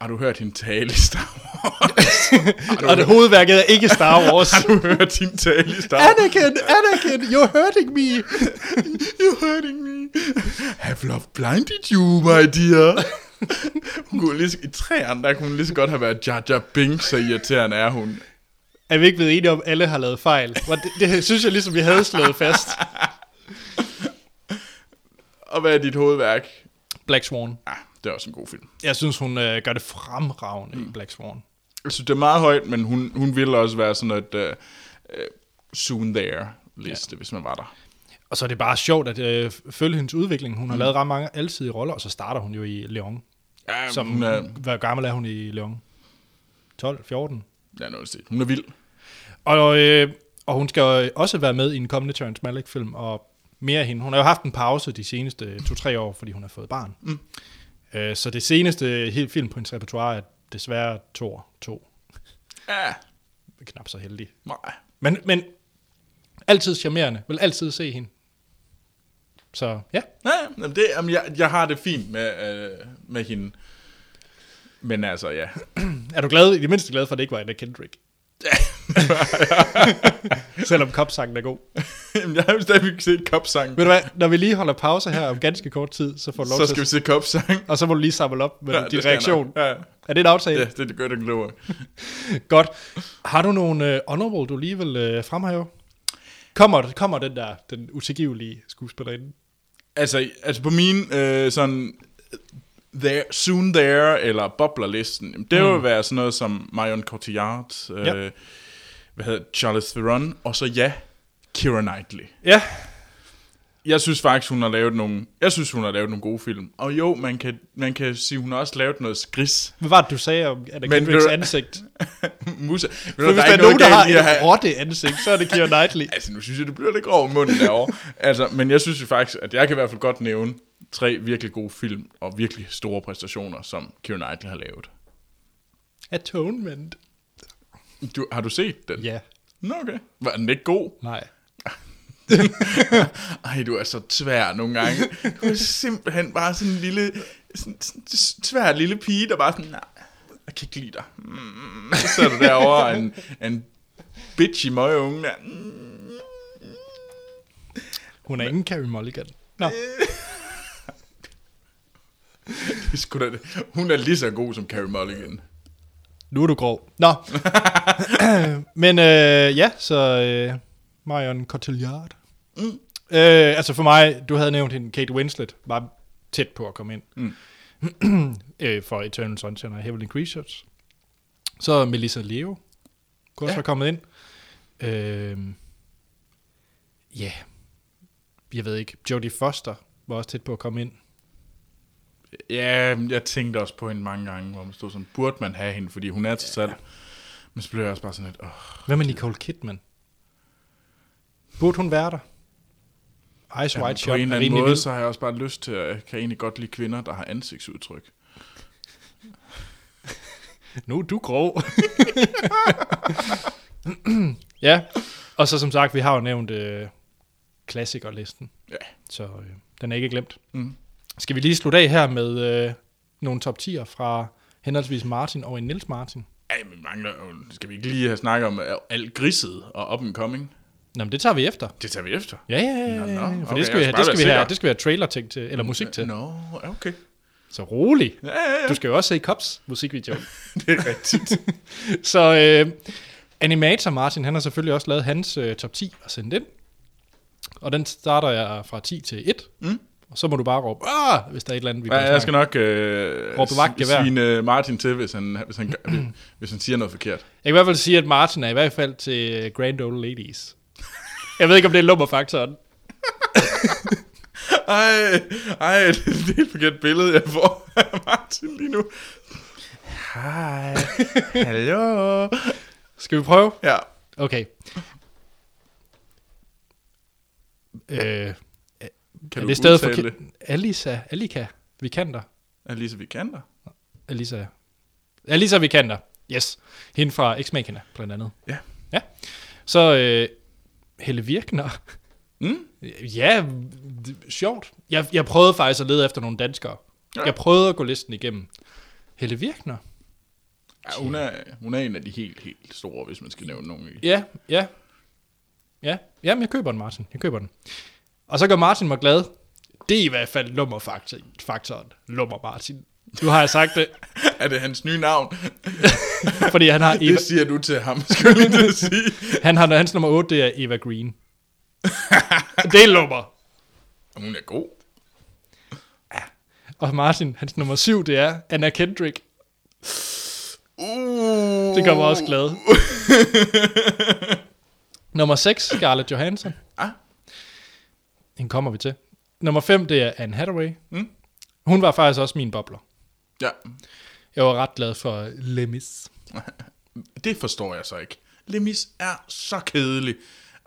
S2: Har du hørt hende tale i Star Wars?
S1: Og det hovedværket er ikke Star Wars.
S2: har du hørt hende tale i Star Wars?
S1: Anakin, Anakin, you're hurting
S2: *laughs*
S1: me.
S2: You're hurting me. Have love blinded you, my dear. *laughs* hun kunne lige, så- I træerne, der kunne hun lige så godt have været Jar Jar Binks, så irriterende er hun.
S1: Er vi ikke blevet enige om, at alle har lavet fejl? Hvor Det, det synes jeg ligesom, vi havde slået
S2: *laughs*
S1: fast.
S2: Og hvad er dit hovedværk?
S1: Black Swan.
S2: Ah, det er også en god film.
S1: Jeg synes, hun øh, gør det fremragende mm. i Black Swan.
S2: Jeg synes, det er meget højt, men hun, hun ville også være sådan et uh, soon there liste, ja. hvis man var der.
S1: Og så er det bare sjovt at øh, følge hendes udvikling. Hun har mm. lavet ret mange alsidige roller, og så starter hun jo i Leon.
S2: Øhm, Ja,
S1: Som,
S2: hun er,
S1: Hvor gammel er hun i Leon? 12, 14?
S2: ja, noget sted. Hun er vild.
S1: Og, øh, og hun skal jo også være med i en kommende Terrence Malick-film, og mere af hende. Hun har jo haft en pause de seneste 2-3 år, fordi hun har fået barn. Mm. Øh, så det seneste helt film på hendes repertoire er desværre Thor 2.
S2: Ja,
S1: Knap så heldig.
S2: nej.
S1: Men, men altid charmerende. Vil altid se hende. Så ja.
S2: Ja, jamen det, jamen jeg, jeg har det fint med, øh, med hende. Men altså, ja. *laughs*
S1: Er du glad, i det mindste glad for, at det ikke var Anna Kendrick? *laughs* Selvom kopsangen er god.
S2: Jamen, jeg har jo stadigvæk ikke set kopsangen.
S1: Ved du hvad, når vi lige holder pause her om ganske kort tid, så får du lov
S2: Så
S1: til
S2: skal vi
S1: at...
S2: se kopsang.
S1: Og så må du lige samle op med
S2: Ja,
S1: ja,
S2: det
S1: din
S2: skal jeg
S1: reaktion.
S2: nok. Ja.
S1: Er det en aftale?
S2: Ja, det er det gør det kloge.
S1: Godt. Har du nogle uh, honorable, du lige vil uh, fremhæve? Kommer, kommer den der, den utilgivelige skuespillerinde?
S2: Altså, altså på min øh, sådan there, soon there eller boblerlisten, jamen, det mm. vil være sådan noget som Marion Cotillard, øh,
S1: Ja.
S2: hvad hedder Charles Theron, og så ja, Keira Knightley.
S1: Ja.
S2: Jeg synes faktisk, hun har lavet nogle, jeg synes, hun har lavet nogle gode film. Og jo, man kan, man kan sige, hun har også lavet noget skris. *laughs*
S1: Hvad var det, du sagde om Anna
S2: Men
S1: Kendricks
S2: ved du-
S1: ansigt?
S2: Musa. Ved du,
S1: For hvis der er nogen,
S2: ikke noget
S1: der
S2: galt
S1: har
S2: i at
S1: et
S2: have-
S1: rotte ansigt, så er det Keira
S2: *laughs*
S1: Knightley.
S2: Altså, nu synes jeg, det bliver lidt grov i munden
S1: *laughs*
S2: derovre. altså, men jeg synes jo faktisk, at jeg kan i hvert fald godt nævne tre virkelig gode film og virkelig store præstationer, som Keira Knightley har lavet.
S1: Atonement.
S2: Du, har du set den?
S1: Ja.
S2: *laughs* Nå, okay. Var den ikke god?
S1: Nej.
S2: Ej, du er så tvær nogle gange. Du er simpelthen bare sådan en lille, sådan, sådan en tvær lille pige, der bare sådan, nej, jeg kan ikke lide dig. Mm, så sidder du derovre, en, en bitchy møge unge der. Mm.
S1: Hun er ingen Carrie Mulligan. Nå,
S2: Det er sgu da, det. hun er lige så god som Carrie Mulligan.
S1: nu er du grov. *laughs* Nå. Men øh, ja, så øh, Marion Cotillard. Mm. Øh, altså for mig, du havde nævnt hende, Kate Winslet, var tæt på at komme ind. Mm. *clears throat* øh, for Eternal Sunshine og Heavenly Creatures. Så Melissa Leo kunne også ja. være kommet ind. Øh, ja, jeg ved ikke. Jodie Foster var også tæt på at komme ind.
S2: Ja, jeg tænkte også på hende mange gange, hvor man stod sådan, burde man have hende, fordi hun er til salg. Men så blev jeg også bare sådan lidt, åh,
S1: Hvad med Nicole Kidman? Burde hun være der? Ice White
S2: på
S1: Shot
S2: en
S1: er
S2: eller
S1: rimelig
S2: anden måde,
S1: vild.
S2: så har jeg også bare lyst til, at jeg kan egentlig godt lide kvinder, der har ansigtsudtryk.
S1: Nu er du grov. *laughs* ja, og så som sagt, vi har jo nævnt øh, klassikerlisten,
S2: Ja.
S1: så øh, den er ikke glemt.
S2: Mm.
S1: Skal vi lige slutte af her med øh, nogle top 10'er fra henholdsvis Martin og en Nils Martin?
S2: Ej, men mangler jo, skal vi ikke lige have snakket om øh, alt grisset og up and coming?
S1: Nå, men det tager vi efter.
S2: Det tager vi efter.
S1: Ja, ja, ja, ja,
S2: nå,
S1: ja. for
S2: okay,
S1: det skal vi have,
S2: jeg skal
S1: det
S2: bare
S1: skal vi have,
S2: være sikker. Mm,
S1: det skal vi have trailer til, til eller musik til.
S2: Nå, ja, okay.
S1: Så rolig.
S2: Ja, ja, ja.
S1: Du skal jo også se Cops musikvideo.
S2: Det er rigtigt.
S1: *laughs* Så øh, Animator Martin, han har selvfølgelig også lavet hans øh, top 10 og sendt ind. Og den starter jeg fra 10 til 1. Mm. Og så må du bare råbe, Aah! hvis der er et eller andet, vi
S2: Ja,
S1: kan
S2: jeg skal
S1: snakke.
S2: nok øh,
S1: Råbe vagt, gevær.
S2: svine Martin til, hvis han, hvis, han, hvis, hvis han siger noget forkert.
S1: Jeg kan i hvert fald sige, at Martin er i hvert fald til øh, Grand Old
S2: *laughs*
S1: Ladies. Jeg ved ikke, om det er lummerfaktoren.
S2: Ej, ej, det er et helt forkert billede, jeg får af Martin lige nu. Hej, hallo.
S1: Skal vi prøve?
S2: Ja,
S1: Okay. Øh,
S2: kan
S1: er
S2: du
S1: det stadig
S2: udtale
S1: forkert? Alisa, Alika, Vikander.
S2: Alisa Vikander?
S1: Alisa, Alisa Vikander. Yes. Hende fra x machina blandt andet.
S2: Ja.
S1: Ja. Så øh, Helle Virkner.
S2: Mm?
S1: Ja, d- sjovt. Jeg, jeg prøvede faktisk at lede efter nogle danskere. Ja.
S2: Ja.
S1: Jeg prøvede at gå listen igennem. Helle Virkner?
S2: Ja, hun, er, hun er en af de helt, helt store, hvis man skal nævne nogen. Ikke?
S1: Ja, ja. Ja, jamen jeg køber den, Martin. Jeg køber den. Og så gør Martin mig glad. Det er i hvert fald lummerfaktoren. Lummer Martin. Nu har jeg sagt det,
S2: Er det hans nye
S1: *laughs*
S2: navn?
S1: fordi
S2: *laughs*
S1: han har Eva,
S2: Det siger du til ham, *laughs* skulle jeg lige til at sige.
S1: han har, hans nummer 8, det er Eva Green. *laughs* det er lummer.
S2: Og Hun er god.
S1: Og Martin, hans nummer 7, det er Anna Kendrick.
S2: Uh,
S1: Det gør mig også glad. Nummer 6, Scarlett Johansson.
S2: Ah.
S1: Den kommer vi til. Nummer 5, det er Anne Hathaway. Mm. Hun var faktisk også min bobler.
S2: Ja,
S1: Jeg var ret glad for Lemis.
S2: det forstår jeg så ikke. Lemis er så kedelig.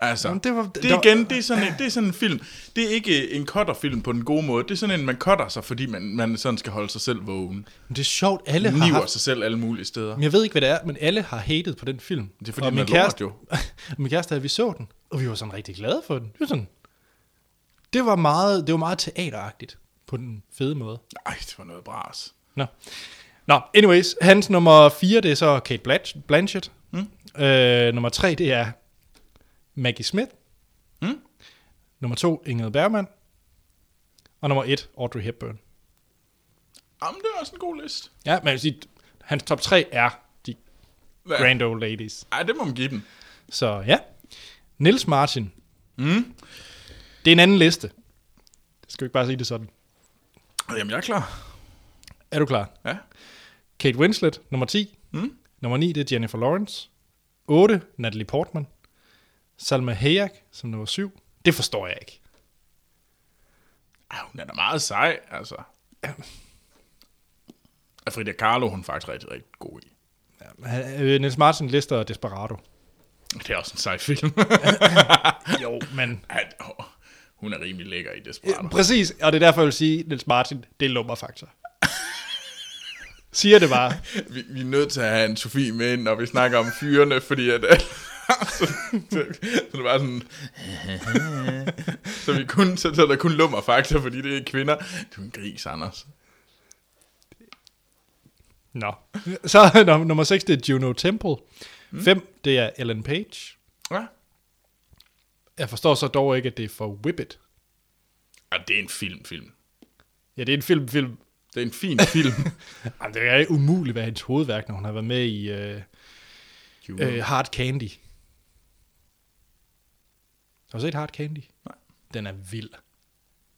S2: Altså,
S1: Jamen,
S2: Jamen,
S1: det
S2: det,
S1: var-
S2: var, det,
S1: der-
S2: det igen, det er, sådan en, det er sådan en film. Det er ikke en kotterfilm på den gode måde. Det er sådan en, man kotter sig, fordi man, man sådan skal holde sig selv vågen.
S1: Men det er sjovt, alle har
S2: Niver
S1: haft,
S2: sig selv alle mulige steder.
S1: Men Jeg ved ikke, hvad det er, men alle har hated på den film.
S2: Det er fordi,
S1: Og
S2: den
S1: min
S2: er lort,
S1: kæreste,
S2: jo.
S1: *laughs* min kæreste havde, vi så den, og vi var sådan rigtig glade for den. Vi var sådan, det var meget, det var meget teateragtigt på den fede måde.
S2: Ej, det var noget bras.
S1: Nå. Nå, anyways, hans nummer 4, det er så Kate Blanch- Blanchett. Mm. Øh, nummer 3, det er Maggie Smith.
S2: Mm.
S1: Nummer 2, Ingrid Bergman. Og nummer 1, Audrey Hepburn.
S2: Jamen, det er også en god liste.
S1: Ja, man kan sige, hans top 3 er de
S2: Hvad?
S1: grand old ladies.
S2: Ej, det må man give dem.
S1: Så ja, Nils Martin. Mm. Det er en anden liste. Det skal vi ikke bare sige det sådan.
S2: Jamen, jeg er klar.
S1: Er du klar?
S2: Ja.
S1: Kate Winslet, nummer 10. Mm. Nummer 9, det er Jennifer Lawrence. 8, Natalie Portman. Salma Hayek, som nummer 7. Det forstår jeg ikke.
S2: Ej, hun er da meget sej, altså. Og Frida Kahlo, hun er faktisk rigtig, rigtig god i.
S1: Han- øh, Niels Martin lister Desperado.
S2: Det er også en sej *laughs* film.
S1: Jo, *laughs* men...
S2: Ej, åh, hun er rimelig lækker i Desperado.
S1: Præcis, og det er derfor, jeg vil sige, Niels Martin, det er lummerfaktor. *laughs* Siger det bare.
S2: Vi, vi er nødt til at *laughs* have en Sofie med ind, når vi snakker om fyrene, fordi at så, så, så det var sådan... *laughs* så, vi kun, så, så er der kun lummer fakta, fordi det er kvinder. Du er en gris, Anders.
S1: Nå. *laughs* Så num- nummer 6, det er Juno Temple. 5, Mm. det er Ellen Page.
S2: Ja.
S1: Jeg forstår så dog ikke, at det er for Whippet.
S2: ja det er en film, film.
S1: Ja, det er en film, film.
S2: Det er en fin *laughs* film.
S1: Jamen, det er umuligt at være hendes hovedværk, når hun har været med i øh,
S2: Juno.
S1: øh, Hard Candy. Har du set Hard Candy?
S2: Nej.
S1: Den er vild.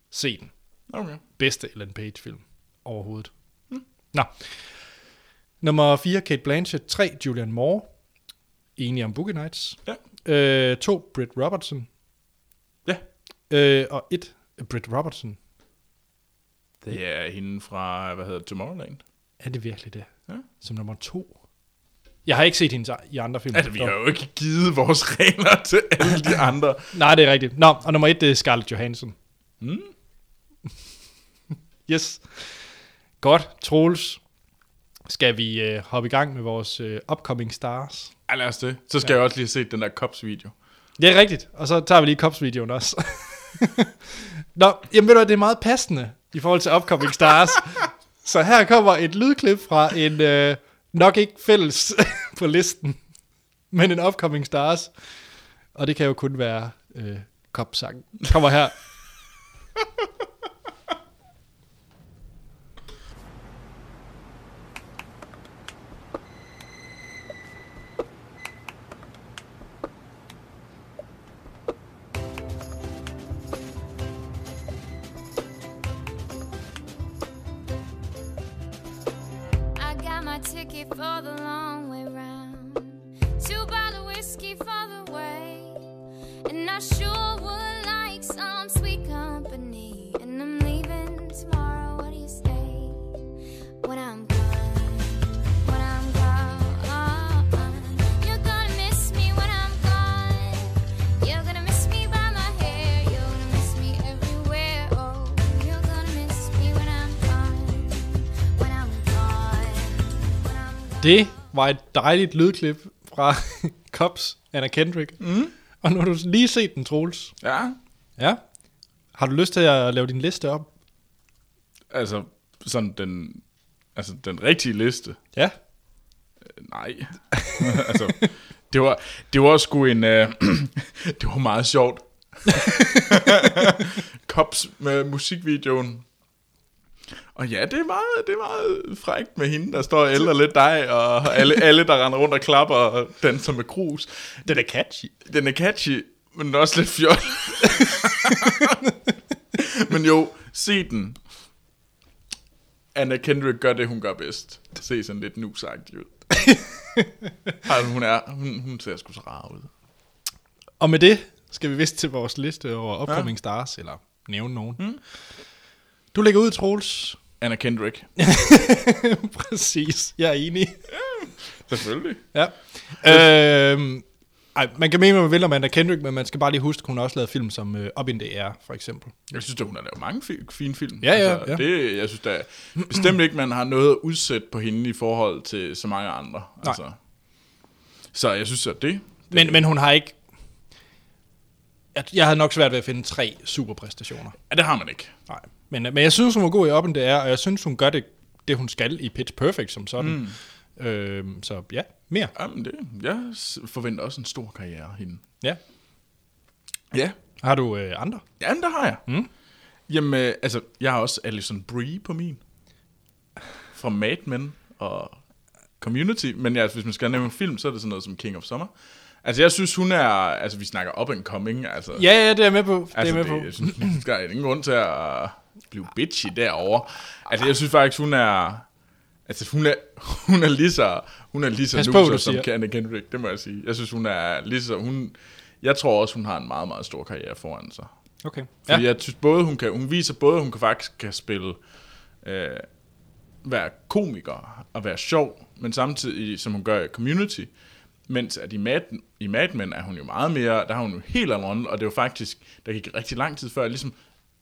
S1: Se den.
S2: Okay.
S1: Bedste Ellen Page-film overhovedet. Mm. Nå. Nummer 4, Kate Blanchett. 3, Julian Moore. Enige om Boogie Nights.
S2: Ja.
S1: Øh, 2, Britt Robertson.
S2: Ja.
S1: Øh, og 1, Britt Robertson.
S2: Det er hende fra, hvad hedder det, Tomorrowland.
S1: Er det virkelig det?
S2: Ja.
S1: Som nummer 2? Jeg har ikke set hende i andre film.
S2: *laughs* Altså, vi har jo ikke givet vores *laughs* regler til alle de andre.
S1: Nej, det er rigtigt. Nå, og nummer 1, det er Scarlett Johansson.
S2: Mm.
S1: *laughs* Yes. Godt, Troels. Skal vi øh, hoppe i gang med vores øh, upcoming stars?
S2: Ja, lad os det. Så skal ja. jeg også lige se den der Cops-video.
S1: Det er rigtigt. Og så tager vi lige Cops-videoen også. *laughs* Nå, jamen ved du hvad, det er meget passende i forhold til Upcoming *laughs* Stars. så her kommer et lydklip fra en øh, nok ikke fælles *laughs* på listen, men en Upcoming Stars. Og det kan jo kun være øh, Cops-sang. Kommer her.
S9: I got my ticket for the long way round. Two bottle whiskey for the way. And I sure would like some sweet company. And I'm leaving tomorrow. What do you say? When I'm gone, when I'm gone. You're gonna miss me when I'm gone. You're gonna miss me by my hair. You're gonna miss me everywhere. Oh, you're gonna miss me when I'm gone. When I'm gone. When I'm gone.
S1: Det var et dejligt lydklip fra *laughs* Cops, Anna Kendrick. Mm. Og nu har du lige set den, Troels.
S2: Ja,
S1: Ja. Har du lyst til at lave din liste op?
S2: altså sådan den, altså den rigtige liste.
S1: Ja.
S2: Nej. *laughs* altså, det var, det var sgu en, øh, *clears throat* det var meget sjovt. *laughs* Cops med musikvideoen. Og ja, det er meget, det er meget frækt med hende, der står og ældre lidt dig, og alle, alle der render rundt og klapper og danser med krus. Den er catchy. Den er catchy, men den er også lidt fjol. *laughs* men jo, se den. Anna Kendrick gør det, hun gør bedst. Se sådan lidt nusagtig ud. Ej, men hun, er, hun, hun ser sgu så rar ud.
S1: Og med det skal vi vist til vores liste over upcoming ja. stars, eller nævne nogen. Mm. Du lægger ud, Troels.
S2: Anna Kendrick.
S1: *laughs* Præcis, jeg er enig.
S2: Selvfølgelig.
S1: Ja. øhm, ej, man kan mene, hvad man vil om Anna Kendrick, men man skal bare lige huske, at hun har også lavet film som øh, Up in the Air, for eksempel.
S2: Jeg synes, at hun har lavet mange fi- fine film. Altså,
S1: Ja, ja, ja.
S2: Det, jeg synes da bestemt ikke, man har noget at udsætte på hende i forhold til så mange andre. Nej. Altså. Så jeg synes, at det...
S1: Men, men hun har ikke... Jeg, jeg havde nok svært ved at finde tre superpræstationer.
S2: Ja, det har man ikke.
S1: Nej. Men, øh, men jeg synes, hun var god i Up in the Air, og jeg synes, hun gør det, det hun skal i Pitch Perfect som sådan. Mm. Øhm, så ja, mere.
S2: Jamen, det, jeg s- forventer også en stor karriere af hende.
S1: Ja.
S2: Ja.
S1: Har du øh, andre?
S2: Jamen, der har jeg. Mm. Jamen, øh, altså, jeg har også Alison Brie på min. Fra Mad Men og Community. Men jeg, hvis man skal nævne en film, så er det sådan noget som King of Summer. Altså, jeg synes, hun er... Altså, vi snakker up and coming. Altså,
S1: Ja, ja, det er jeg med på. Det
S2: altså,
S1: er jeg med på.
S2: Jeg synes, der er ingen grund til at blive bitchy derovre. Altså, jeg synes faktisk, hun er... Altså, hun er, hun er lige så, hun er lige så
S1: Pas på,
S2: loser,
S1: hvad du
S2: som
S1: siger.
S2: Anna Kendrick, det må jeg sige. Jeg synes, hun er lige så... Hun, jeg tror også, hun har en meget, meget stor karriere foran sig.
S1: Okay. Ja.
S2: Fordi ja. jeg synes både, hun kan, hun viser både, at hun kan faktisk kan spille, øh, være komiker og være sjov, men samtidig, som hun gør i Community, mens at i Mad, i Mad Men er hun jo meget mere, der har hun jo en helt anden rolle, og det var faktisk, der gik rigtig lang tid før, jeg ligesom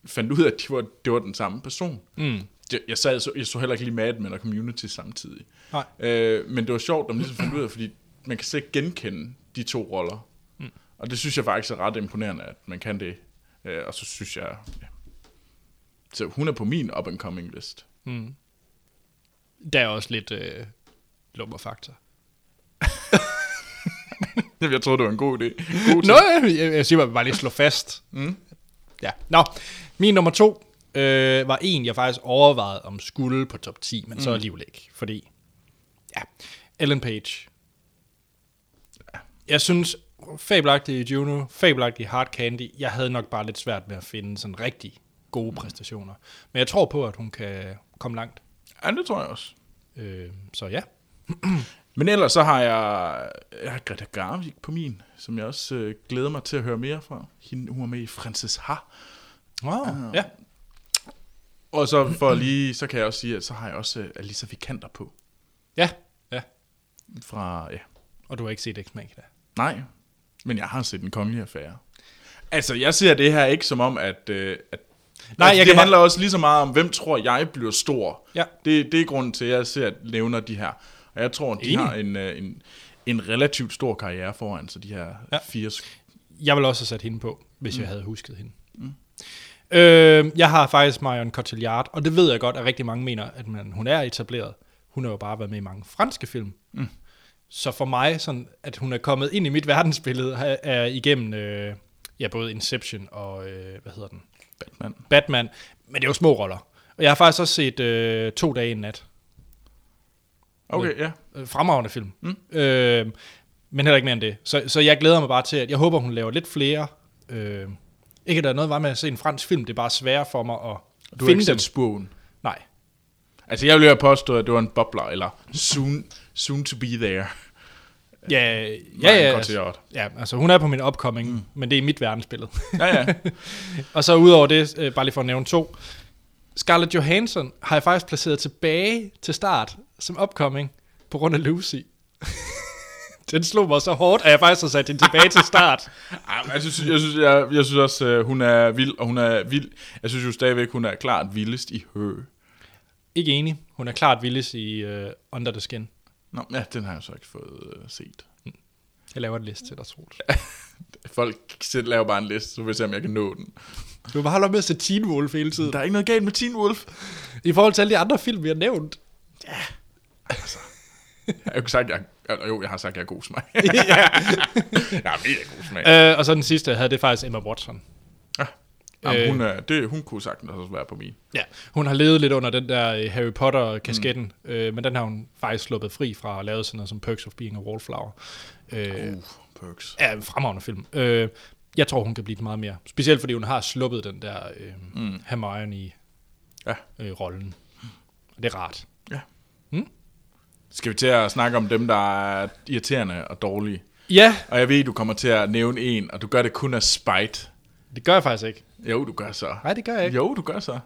S2: fandt ud af, at de var, det var den samme person. Mm. Jeg, jeg, sad, så, jeg så heller ikke lige Mad Men og Community samtidig.
S1: Nej.
S2: Øh, men det var sjovt, at man ligesom fandt ud af, fordi man kan slet ikke genkende de to roller. Mm. Og det synes jeg faktisk er ret imponerende, at man kan det. Øh, og så synes jeg... Ja. Så hun er på min up-and-coming list.
S1: Mm. Der er også lidt øh, lummerfaktor.
S2: *laughs* Jeg troede, det var en god idé. God
S1: Nå, jeg, jeg, jeg siger bare, bare lige slå fast. Mm. Ja. Nå, min nummer to øh, var en, jeg faktisk overvejede om skulle på top 10, men mm. så alligevel ikke, fordi, ja, Ellen Page. Jeg synes, fabelagtig i Juno, fabelagtig i Hard Candy, jeg havde nok bare lidt svært med at finde sådan rigtig gode præstationer. Men jeg tror på, at hun kan komme langt.
S2: Ja, det tror jeg også.
S1: Øh, så ja.
S2: Men ellers så har jeg, jeg har Greta Garvik på min, som jeg også øh, glæder mig til at høre mere fra. Hende, hun er med i Frances Ha.
S1: Wow.
S2: Ah.
S1: Ja.
S2: Og så for lige, så kan jeg også sige, at så har jeg også øh, Alisa Vikander på.
S1: Ja. Ja.
S2: Fra, ja.
S1: Og du har ikke set X-Men da.
S2: Nej, men jeg har set den kongelige affære. Altså, jeg ser det her ikke som om, at... Øh, at
S1: Nej,
S2: altså,
S1: jeg
S2: det
S1: kan
S2: handler også lige så meget om, hvem tror jeg bliver stor.
S1: Ja.
S2: Det, det er grunden til, at jeg ser, at nævner de her. Og jeg tror, at de
S1: Enig.
S2: har en, øh, en, en relativt stor karriere foran, så de her
S1: Ja.
S2: ja. fire... sk-
S1: Jeg ville også have sat hende på, hvis mm. jeg havde husket hende. Mm. Øh, jeg har faktisk Marion Cotillard, og det ved jeg godt, at rigtig mange mener, at man, hun er etableret. Hun har jo bare været med i mange franske film. Mm. Så for mig, sådan, at hun er kommet ind i mit verdensbillede, er, er igennem øh, ja, både Inception og, øh, hvad hedder den?
S2: Batman.
S1: Batman. Men det er jo små roller. Og jeg har faktisk også set øh, To dage i en nat.
S2: Okay, ja.
S1: Øh, fremragende film. Mm. Øh, men heller ikke mere end det. Så, så jeg glæder mig bare til, at jeg håber, hun laver lidt flere. Øh, ikke at der er noget vej med at se en fransk film, det er bare sværere for mig at
S2: Du har ikke
S1: finde
S2: set
S1: dem.
S2: Spoon.
S1: Nej.
S2: Altså, jeg ville jo have påstået, at det var en bobler, eller soon, soon to be there.
S1: Ja, ja,
S2: Marion
S1: ja, altså,
S2: Cotillard.
S1: ja, altså hun er på min upcoming, mm. men det er mit verdensbillede.
S2: Ja, ja.
S1: *laughs* og så udover det, øh, bare lige for at nævne to, Scarlett Johansson har jeg faktisk placeret tilbage til start som upcoming på grund af Lucy. *laughs* Den slog mig så hårdt, at jeg faktisk har sat den tilbage til start.
S2: *laughs* Ej, men jeg synes, jeg synes, jeg, jeg synes også, øh, hun er vild, og hun er vild. Jeg synes jo stadigvæk, hun er klart vildest i hø.
S1: Ikke enig. Hun er klart vildest i uh, Under the Skin.
S2: Nå, ja, den har jeg så ikke fået øh, set.
S1: Jeg laver en liste til dig, Troels.
S2: Folk selv laver bare en liste, så vil jeg se, om jeg kan nå den.
S1: Du bare holder med at se Teen Wolf hele tiden.
S2: Der er ikke noget galt med Teen Wolf.
S1: I forhold til alle de andre film, vi har *laughs* nævnt.
S2: Altså, Jeg har jo ikke sagt, jeg, eller jo, jeg har sagt, jeg er god smag. ja. *laughs* Øh, jeg er mega god smag.
S1: Uh, og så den sidste, jeg havde, det er faktisk Emma Watson.
S2: Ja. Ah, Jamen,
S1: øh.
S2: hun, er, det, hun kunne sagtens også være på min.
S1: Ja, hun har levet lidt under den der øh, Harry Potter-kasketten, mm. øh, men den har hun faktisk sluppet fri fra og lavet sådan noget som Perks of Being a Wallflower. Øh,
S2: Uh, perks.
S1: er en fremragende film. Øh, jeg tror, hun kan blive meget mere. Specielt fordi hun har sluppet den der øh, mm. Hermione-rollen.
S2: Ja.
S1: Og det er rart.
S2: Skal vi til at snakke om dem, der er irriterende og dårlige?
S1: Ja,
S2: Og jeg ved, du kommer til at nævne en, og du gør det kun af spite.
S1: det gør jeg faktisk ikke.
S2: Jo, du gør så.
S1: Nej, det gør jeg ikke.
S2: Jo, du gør så.
S1: Øh, så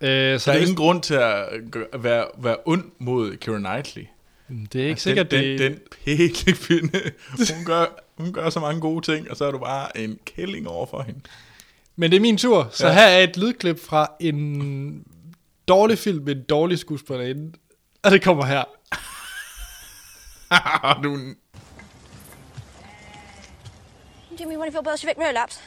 S2: Der er
S1: det,
S2: ingen grund til at gø- at være, være ond mod Keira Knightley.
S1: det er ikke sikkert,
S2: den,
S1: det...
S2: Den, den pæne kvinde, hun gør, hun gør så mange gode ting, og så er du bare en kælling over for hende.
S1: Men det er min tur, så ja.
S2: Ja.
S1: her er et lydklip fra en dårlig film med en dårlig skuespillerinde. Og det kommer her.
S2: Ah, du er en-
S11: Jimmy, one of your Bolshevik mirror laps.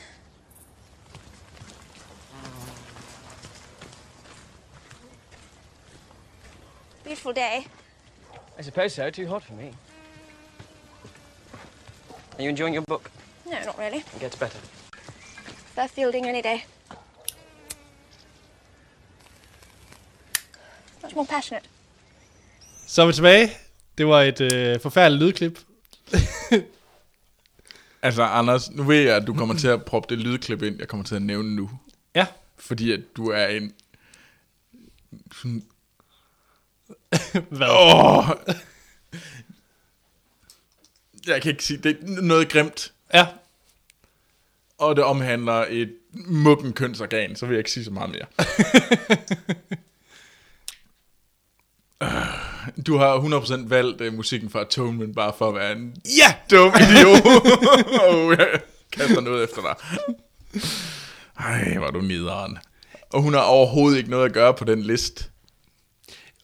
S11: Beautiful day.
S7: I suppose so. Too hot for me. Are you enjoying your book?
S11: No, not really.
S7: It gets better.
S11: Fair fielding any day. Much more passionate.
S1: Så er vi tilbage. Det var et øh, forfærdeligt lydklip.
S2: Altså, Anders, nu ved jeg, at du kommer til at proppe det lydklip ind, jeg kommer til at nævne nu.
S1: Ja.
S2: Fordi at du er en... sådan-
S1: Hvad?
S2: Åh! Jeg kan ikke sige, det er noget grimt,
S1: Ja.
S2: og det omhandler et mukken kønsorgan, så vil jeg ikke sige så meget mere. Øh, *laughs* Du har 100% valgt uh, musikken fra Atonement, bare for at være en
S1: Ja!
S2: dum idiot. *laughs* og jeg kaster noget efter dig. Ej, var du nederen. Og hun har overhovedet ikke noget at gøre på den liste.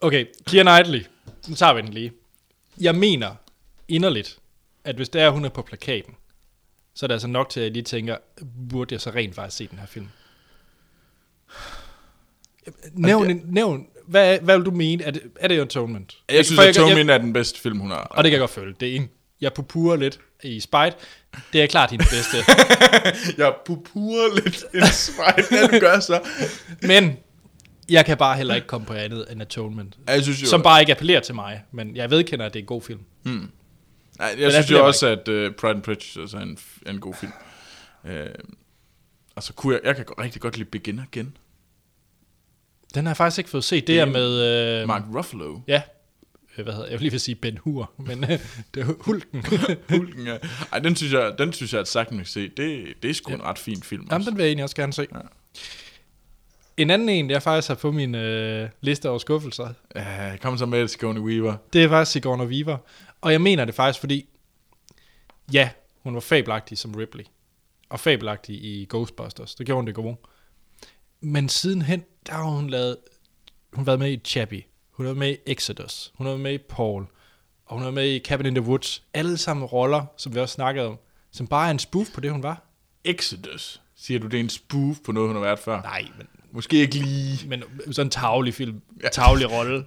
S1: Okay, Keira Knightley. Nu tager vi den lige. Jeg mener inderligt, at hvis det er, hun er på plakaten, så er det altså nok til, at jeg lige tænker, burde jeg så rent faktisk se den her film? Nævn, en, nævn hvad, hvad vil du mene? Er det, er det Atonement?
S2: Jeg synes,
S1: For jeg,
S2: at Tomin er den bedste film, hun har.
S1: og det kan jeg godt føle. Det er en, jeg pupurer lidt i spite. Det er klart hendes bedste.
S2: *laughs* jeg pupurer lidt en spejl, den gør så.
S1: Men jeg kan bare heller ikke komme på andet end Atonement.
S2: Ja, Jeg synes jo,
S1: Som bare ikke appellerer til mig, men jeg vedkender, at det er en god film.
S2: Mm. Nej,
S1: det
S2: jeg synes
S1: appellerer
S2: jo
S1: mig
S2: også, at uh, Pride and Prejudice er en, f- er en god film. Øh, altså, kunne jeg, jeg kan godt- rigtig godt lide Begin Again.
S1: Øhm. Den har jeg faktisk ikke fået set. Det er med... Øh,
S2: Mark Ruffalo.
S1: Ja. Øh, Hvad hedder, jeg vil lige vil sige Ben Hur, men øh, *laughs* det er *laughs* Hulken.
S2: Hulken, ja. Ej, den synes jeg, den synes jeg at sagtens man kan se. Det, det er sgu en ret fin film.
S1: Jamen, den vil jeg egentlig også gerne se. Ja. En anden en, jeg faktisk har på min øh, liste over skuffelser,
S2: Ja, kom så med, Sigourney Weaver.
S1: det er faktisk Sigourney Weaver. Og jeg mener det faktisk, fordi ja, hun var fabelagtig som Ripley. Og fabelagtig i Ghostbusters. Det gjorde hun det gode. Men sidenhen, der har hun lavet... Hun har været med i Chappie. Hun har været med i Exodus. Hun har været med i Paul. Og hun har været med i Cabin in the Woods. Alle sammen roller, som vi også snakkede om. Som bare er en spoof på det, hun var.
S2: Exodus. Siger du, det er en spoof på noget, hun har været før?
S1: Nej, men...
S2: Måske ikke lige.
S1: Men sådan en tavlig film. Ja. Tavlig rolle.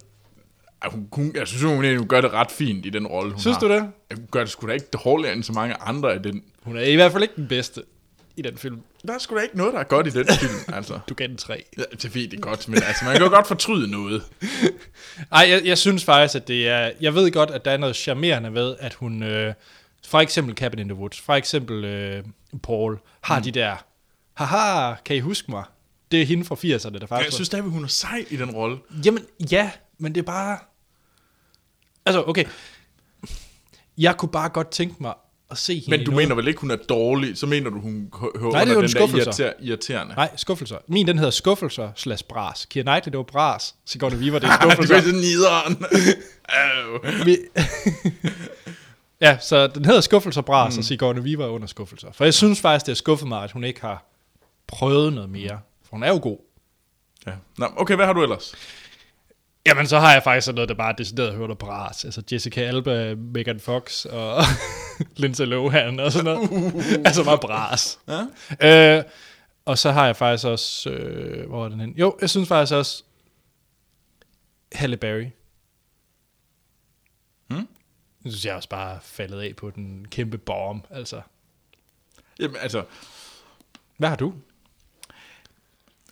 S2: Ej, hun, hun, jeg synes, hun, egentlig, hun gør det ret fint i den rolle, hun
S1: Synes
S2: har.
S1: du det?
S2: Jeg gør det sgu da ikke dårligere end så mange andre i den.
S1: Hun er i hvert fald ikke den bedste i den film.
S2: Der er sgu da ikke noget, der er godt i den
S1: *laughs*
S2: film, altså.
S1: Du gav den tre.
S2: Ja, det ved det godt, men altså, man kan jo godt fortryde noget.
S1: Ej, jeg, jeg synes faktisk, at det er... Jeg ved godt, at der er noget charmerende ved, at hun... Øh, for eksempel Cabin in the Woods, for eksempel øh, Paul, har mm. de der... Haha, kan I huske mig? Det er hende fra 80'erne, der faktisk...
S2: *laughs* Jeg synes stadigvæk, hun er sej i den rolle.
S1: Jamen, ja, men det er bare... Altså, okay. Jeg kunne bare godt tænke mig at se hende
S2: Men
S1: i
S2: du
S1: noget.
S2: mener vel ikke, hun er dårlig? Så mener du, hun hø- hører
S1: Nej, det er
S2: under
S1: jo en
S2: den der
S1: skuffelse.
S2: irriter- irriterende. *laughs*
S1: Nej, skuffelser. Min, den hedder skuffelser slash bras. Keira Knightley, det var bras. Sigourney Weaver, *laughs* det er
S2: Ah, det
S1: skuffelser.
S2: gør sådan nideren. *laughs* Au.
S1: Vi... ja, så den hedder Skuffelser Bras, mm. og Sigourney Weaver er under skuffelser. For jeg synes faktisk, det har skuffet mig, at hun ikke har prøvet noget mere. For hun er jo god.
S2: ja. Nå, okay, hvad har du ellers?
S1: Jamen, så har jeg faktisk sådan noget, der bare er decideret hørte bras. Altså Jessica Alba, Megan Fox og *laughs* Lindsay Lohan og sådan noget. altså bare bras. Ja? Øh, og så har jeg faktisk også... Øh, hvor er den hen? Jo, jeg synes faktisk også... Halle Berry.
S2: Hmm?
S1: Jeg synes, jeg er også bare faldet af på den kæmpe bombe. Altså,
S2: Jamen, altså,
S1: hvad har du?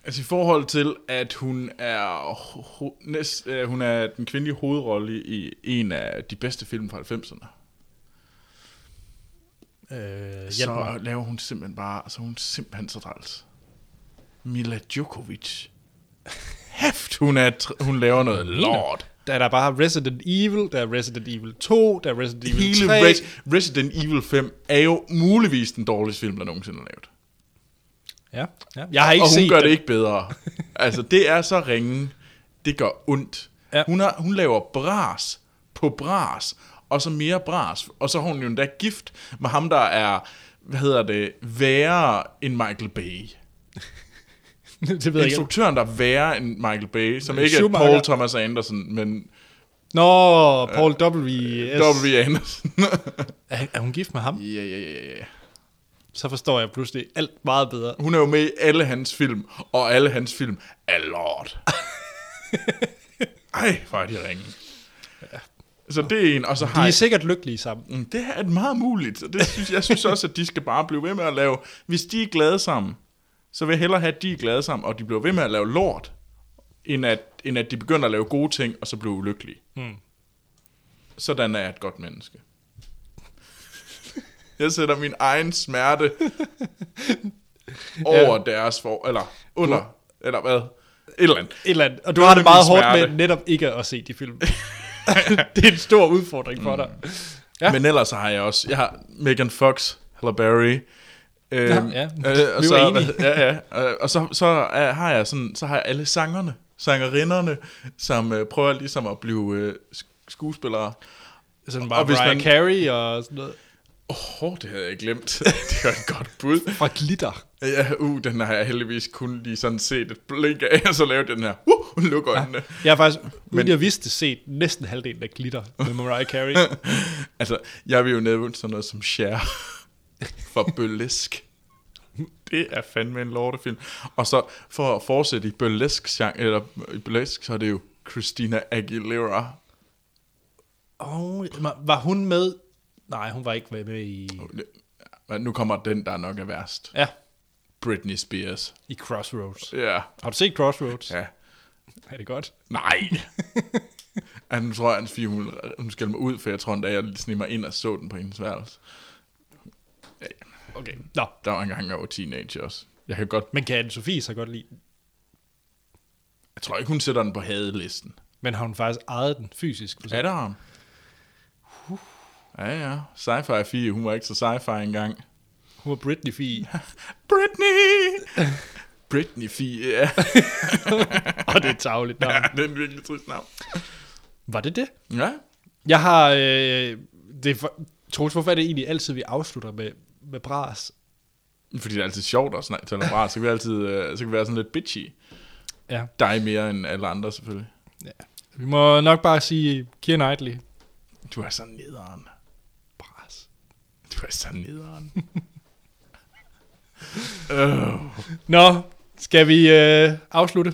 S2: altså i forhold til, at hun er, ho- næst, øh, hun er den kvindelige hovedrolle i en af de bedste film fra 90'erne.
S1: Øh, hjælp
S2: så
S1: mig.
S2: laver hun simpelthen bare, så er hun simpelthen så træls. Mila Djokovic. Hæft, hun, er, tr- hun laver noget lort.
S1: Der er der bare Resident Evil, der er Resident Evil 2, der er Resident Evil
S2: Hele
S1: 3.
S2: Re- Resident Evil 5 er jo muligvis den dårligste film, der nogensinde er lavet.
S1: ja, ja. Jeg har ikke
S2: og hun
S1: set
S2: gør
S1: den.
S2: det ikke bedre. altså, det er så ringe. Det gør ondt.
S1: Ja.
S2: Ja. Hun, har, hun laver bras på bras, og så mere bras. Og så har hun jo endda gift med ham, der er, hvad hedder det, værre end Michael Bay.
S1: *laughs* det ved jeg ikke.
S2: Instruktøren, der er værre end Michael Bay, som ikke er
S1: Schumacher.
S2: Paul Thomas Anderson, men
S1: Nå, Paul W.
S2: yes. W. Anderson.
S1: Er, er hun gift med ham?
S2: ja, ja, ja, ja.
S1: Så forstår jeg pludselig alt meget bedre.
S2: Hun er jo med i alle hans film, og alle hans film er *laughs* lort. Ej, hvor er de ringe. Så det er en, og så
S1: De
S2: har
S1: er
S2: jeg,
S1: sikkert lykkelige sammen.
S2: Mm, det er meget muligt, og det synes, jeg synes også, at de skal bare blive ved med at lave, hvis de er glade sammen, så vil jeg hellere have, at de er glade sammen, og de bliver ved med at lave lort, end at, end at de begynder at lave gode ting, og så bliver ulykkelige. Mm. Sådan er jeg et godt menneske. Jeg sætter min egen smerte over ja. deres for, eller under, eller hvad, et eller andet.
S1: Et eller andet. Og du har det meget
S2: min
S1: hårdt
S2: smerte.
S1: med netop ikke at se de
S2: *laughs*
S1: film. *laughs* det er en stor udfordring
S2: Mm.
S1: for dig.
S2: Ja. Men ellers har jeg også, jeg har Megan Fox, Halle Berry, øhm,
S1: Ja, ja.
S2: Øh, og
S1: Vi
S2: så,
S1: var enige.
S2: *laughs* ja, ja, øh, og så, så øh, har jeg sådan, så har jeg alle sangerne, sangerinderne, som øh, prøver ligesom at blive øh, sk- skuespillere.
S1: Sådan bare
S2: Og hvis
S1: Mariah
S2: man-
S1: Carey og sådan noget.
S2: Åh, oh, det havde jeg glemt. *laughs* Det var et godt bud.
S1: Fra glitter.
S2: Ja, uh, den har jeg heldigvis kun lige sådan set et blink af, og så lavede jeg den her. Uh, luk øjnene. Ja.
S1: Jeg har faktisk, men jeg vidste set næsten halvdelen af glitter med Mariah
S2: *laughs*
S1: Carey.
S2: Altså, jeg vil jo nævne sådan noget som Cher *laughs* for Bøllesk. Det er fandme en lortefilm. Og så for at fortsætte i burlesk, eller i burlesk, så er det jo Christina Aguilera.
S1: Og var hun med? Nej, hun var ikke med, med i...
S2: Men Nu kommer den, der nok er værst.
S1: Ja,
S2: Britney Spears.
S1: i Crossroads.
S2: Ja.
S1: Har du set Crossroads?
S2: Ja.
S1: Er det godt?
S2: *laughs* Nej. ja, nu tror jeg, at Sofie, hun, hun skal mig ud, for jeg tror, at jeg sneg mig ind og så den på hendes værelse.
S1: Okay. Nå,
S2: Der var engang, jeg var teenager også. Jeg kan godt...
S1: men kan Anne-Sophie så godt lide den?
S2: Jeg tror ikke, hun sætter den på hadelisten.
S1: Men har hun faktisk ejet den fysisk? For
S2: Er der ham? Ja, ja. Sci-fi fie. Hun var ikke så sci-fi engang.
S1: Hun var Britney Fie.
S2: *laughs* Britney! Britney fie, ja.
S1: *laughs* Og det er tavligt navn.
S2: ja. *laughs* det er en virkelig trist navn.
S1: Var det det?
S2: Ja.
S1: Jeg har... Øh, det er for, Troels, hvorfor er det egentlig altid, vi afslutter med, med bras?
S2: Fordi det er altid sjovt at snakke til en bra, så kan vi altid øh, så kan vi være sådan lidt bitchy.
S1: Ja.
S2: Dig mere end alle andre, selvfølgelig.
S1: Vi må nok bare sige Keira Knightley.
S2: Du er så nederen.
S1: Bras.
S2: Du er så *laughs* nederen.
S1: Nå, skal vi øh, afslutte?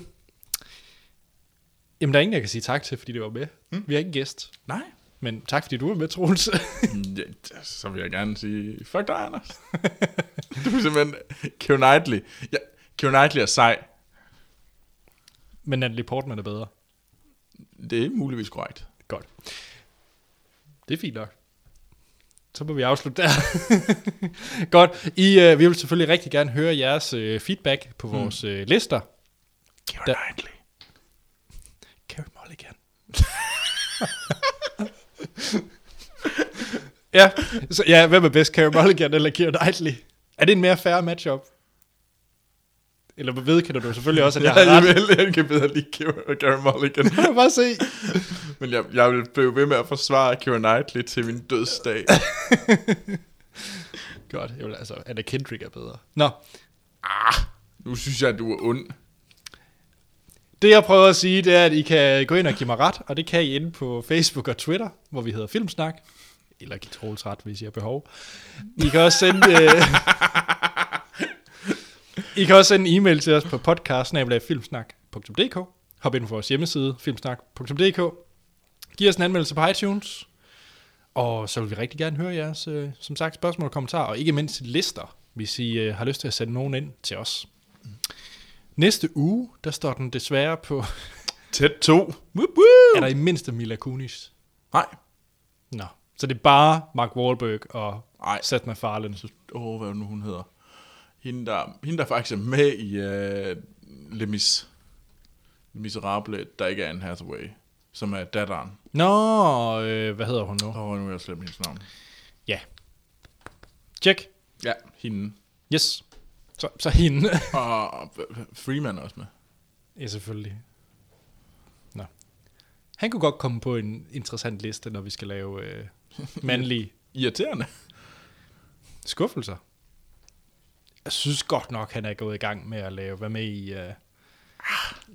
S1: Jamen, der er ingen, jeg kan sige tak til, fordi det var med. Mm. Vi har ikke en gæst.
S2: Nej.
S1: Men tak, fordi du var med, Troels. *laughs*
S2: Ja, d- så vil jeg gerne sige, fuck dig, *laughs* Anders. du er simpelthen Keira Knightley. Ja, Keira Knightley er sej.
S1: Men Natalie Portman er bedre.
S2: Det er muligvis korrekt.
S1: Godt. Det er fint nok. Så må vi afslutte der. Godt. I, øh, vi vil selvfølgelig rigtig gerne høre jeres øh, feedback på vores øh, lister.
S2: Keira
S1: Da-
S2: Knightley.
S1: Carrie Mulligan. ja, så ja, hvem er bedst, Carrie Mulligan eller Keira Knightley? Er det en mere fair matchup? Eller vedkender du selvfølgelig også, at jeg
S2: Jeg,
S1: har
S2: jeg,
S1: ret?
S2: vil, jeg kan bedre lide Keira Keira Mulligan.
S1: Bare se.
S2: Men jeg, jeg vil blive ved med at forsvare Keira Knightley til min dødsdag.
S1: Godt, jeg vil, altså, Anna Kendrick er bedre. Nå,
S2: Nu synes jeg, at du er ond.
S1: Det jeg prøver at sige, det er, at I kan gå ind og give mig ret, og det kan I inde på Facebook og Twitter, hvor vi hedder Filmsnak. Eller give Troels ret, hvis I har behov. I kan også sende... øh, I kan også sende en e-mail til os på podcast-filmsnak.dk Hop ind på vores hjemmeside, filmsnak.dk Giv os en anmeldelse på iTunes. Og så vil vi rigtig gerne høre jeres, øh, som sagt, spørgsmål og kommentarer, og ikke mindst lister, hvis I øh, har lyst til at sende nogen ind til os. Næste uge, der står den desværre på...
S2: Tæt to.
S1: Woop, woop. Er der i mindste Mila Kunis?
S2: Nej.
S1: Nå. Så det er bare Mark Wahlberg og
S2: Ej.
S1: Seth MacFarlane.
S2: Åh, oh, hvad er det nu hun hedder? Hende der, hende der faktisk er med i uh, Les Mis, Miserable, der ikke er Anne Hathaway, som er datteren.
S1: Nå, øh, hvad hedder hun nu?
S2: Åh, oh, nu er jeg slemt hendes navn.
S1: Ja. Tjek.
S2: Ja, hende.
S1: Yes. Så, så hende. *laughs*
S2: Og h- h- Freeman er også med.
S1: ja, selvfølgelig. Nå. Han kunne godt komme på en interessant liste, når vi skal lave øh, mandlige
S2: Irriterende.
S1: skuffelser. Jeg synes godt nok, han er gået i gang med at lave, være med i øh,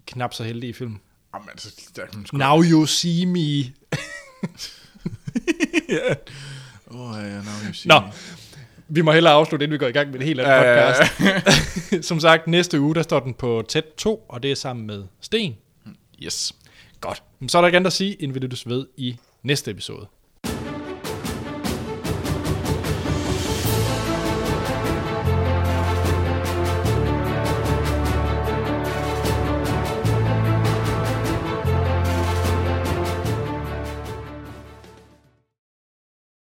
S1: knap så heldige film.
S2: Jamen, altså, der kan man sgu...
S1: Now you see me. *laughs*
S2: Åh, oh, ja, now you see
S1: Nå,
S2: me.
S1: vi må hellere afslutte, inden vi går i gang med det helt andet
S2: Ja, ja, ja.
S1: podcast. *laughs* Som sagt, næste uge, der står den på tæt 2, og det er sammen med Sten.
S2: Yes.
S1: Godt. Men så er der ikke andet at sige, end vi lyttes ved i næste episode.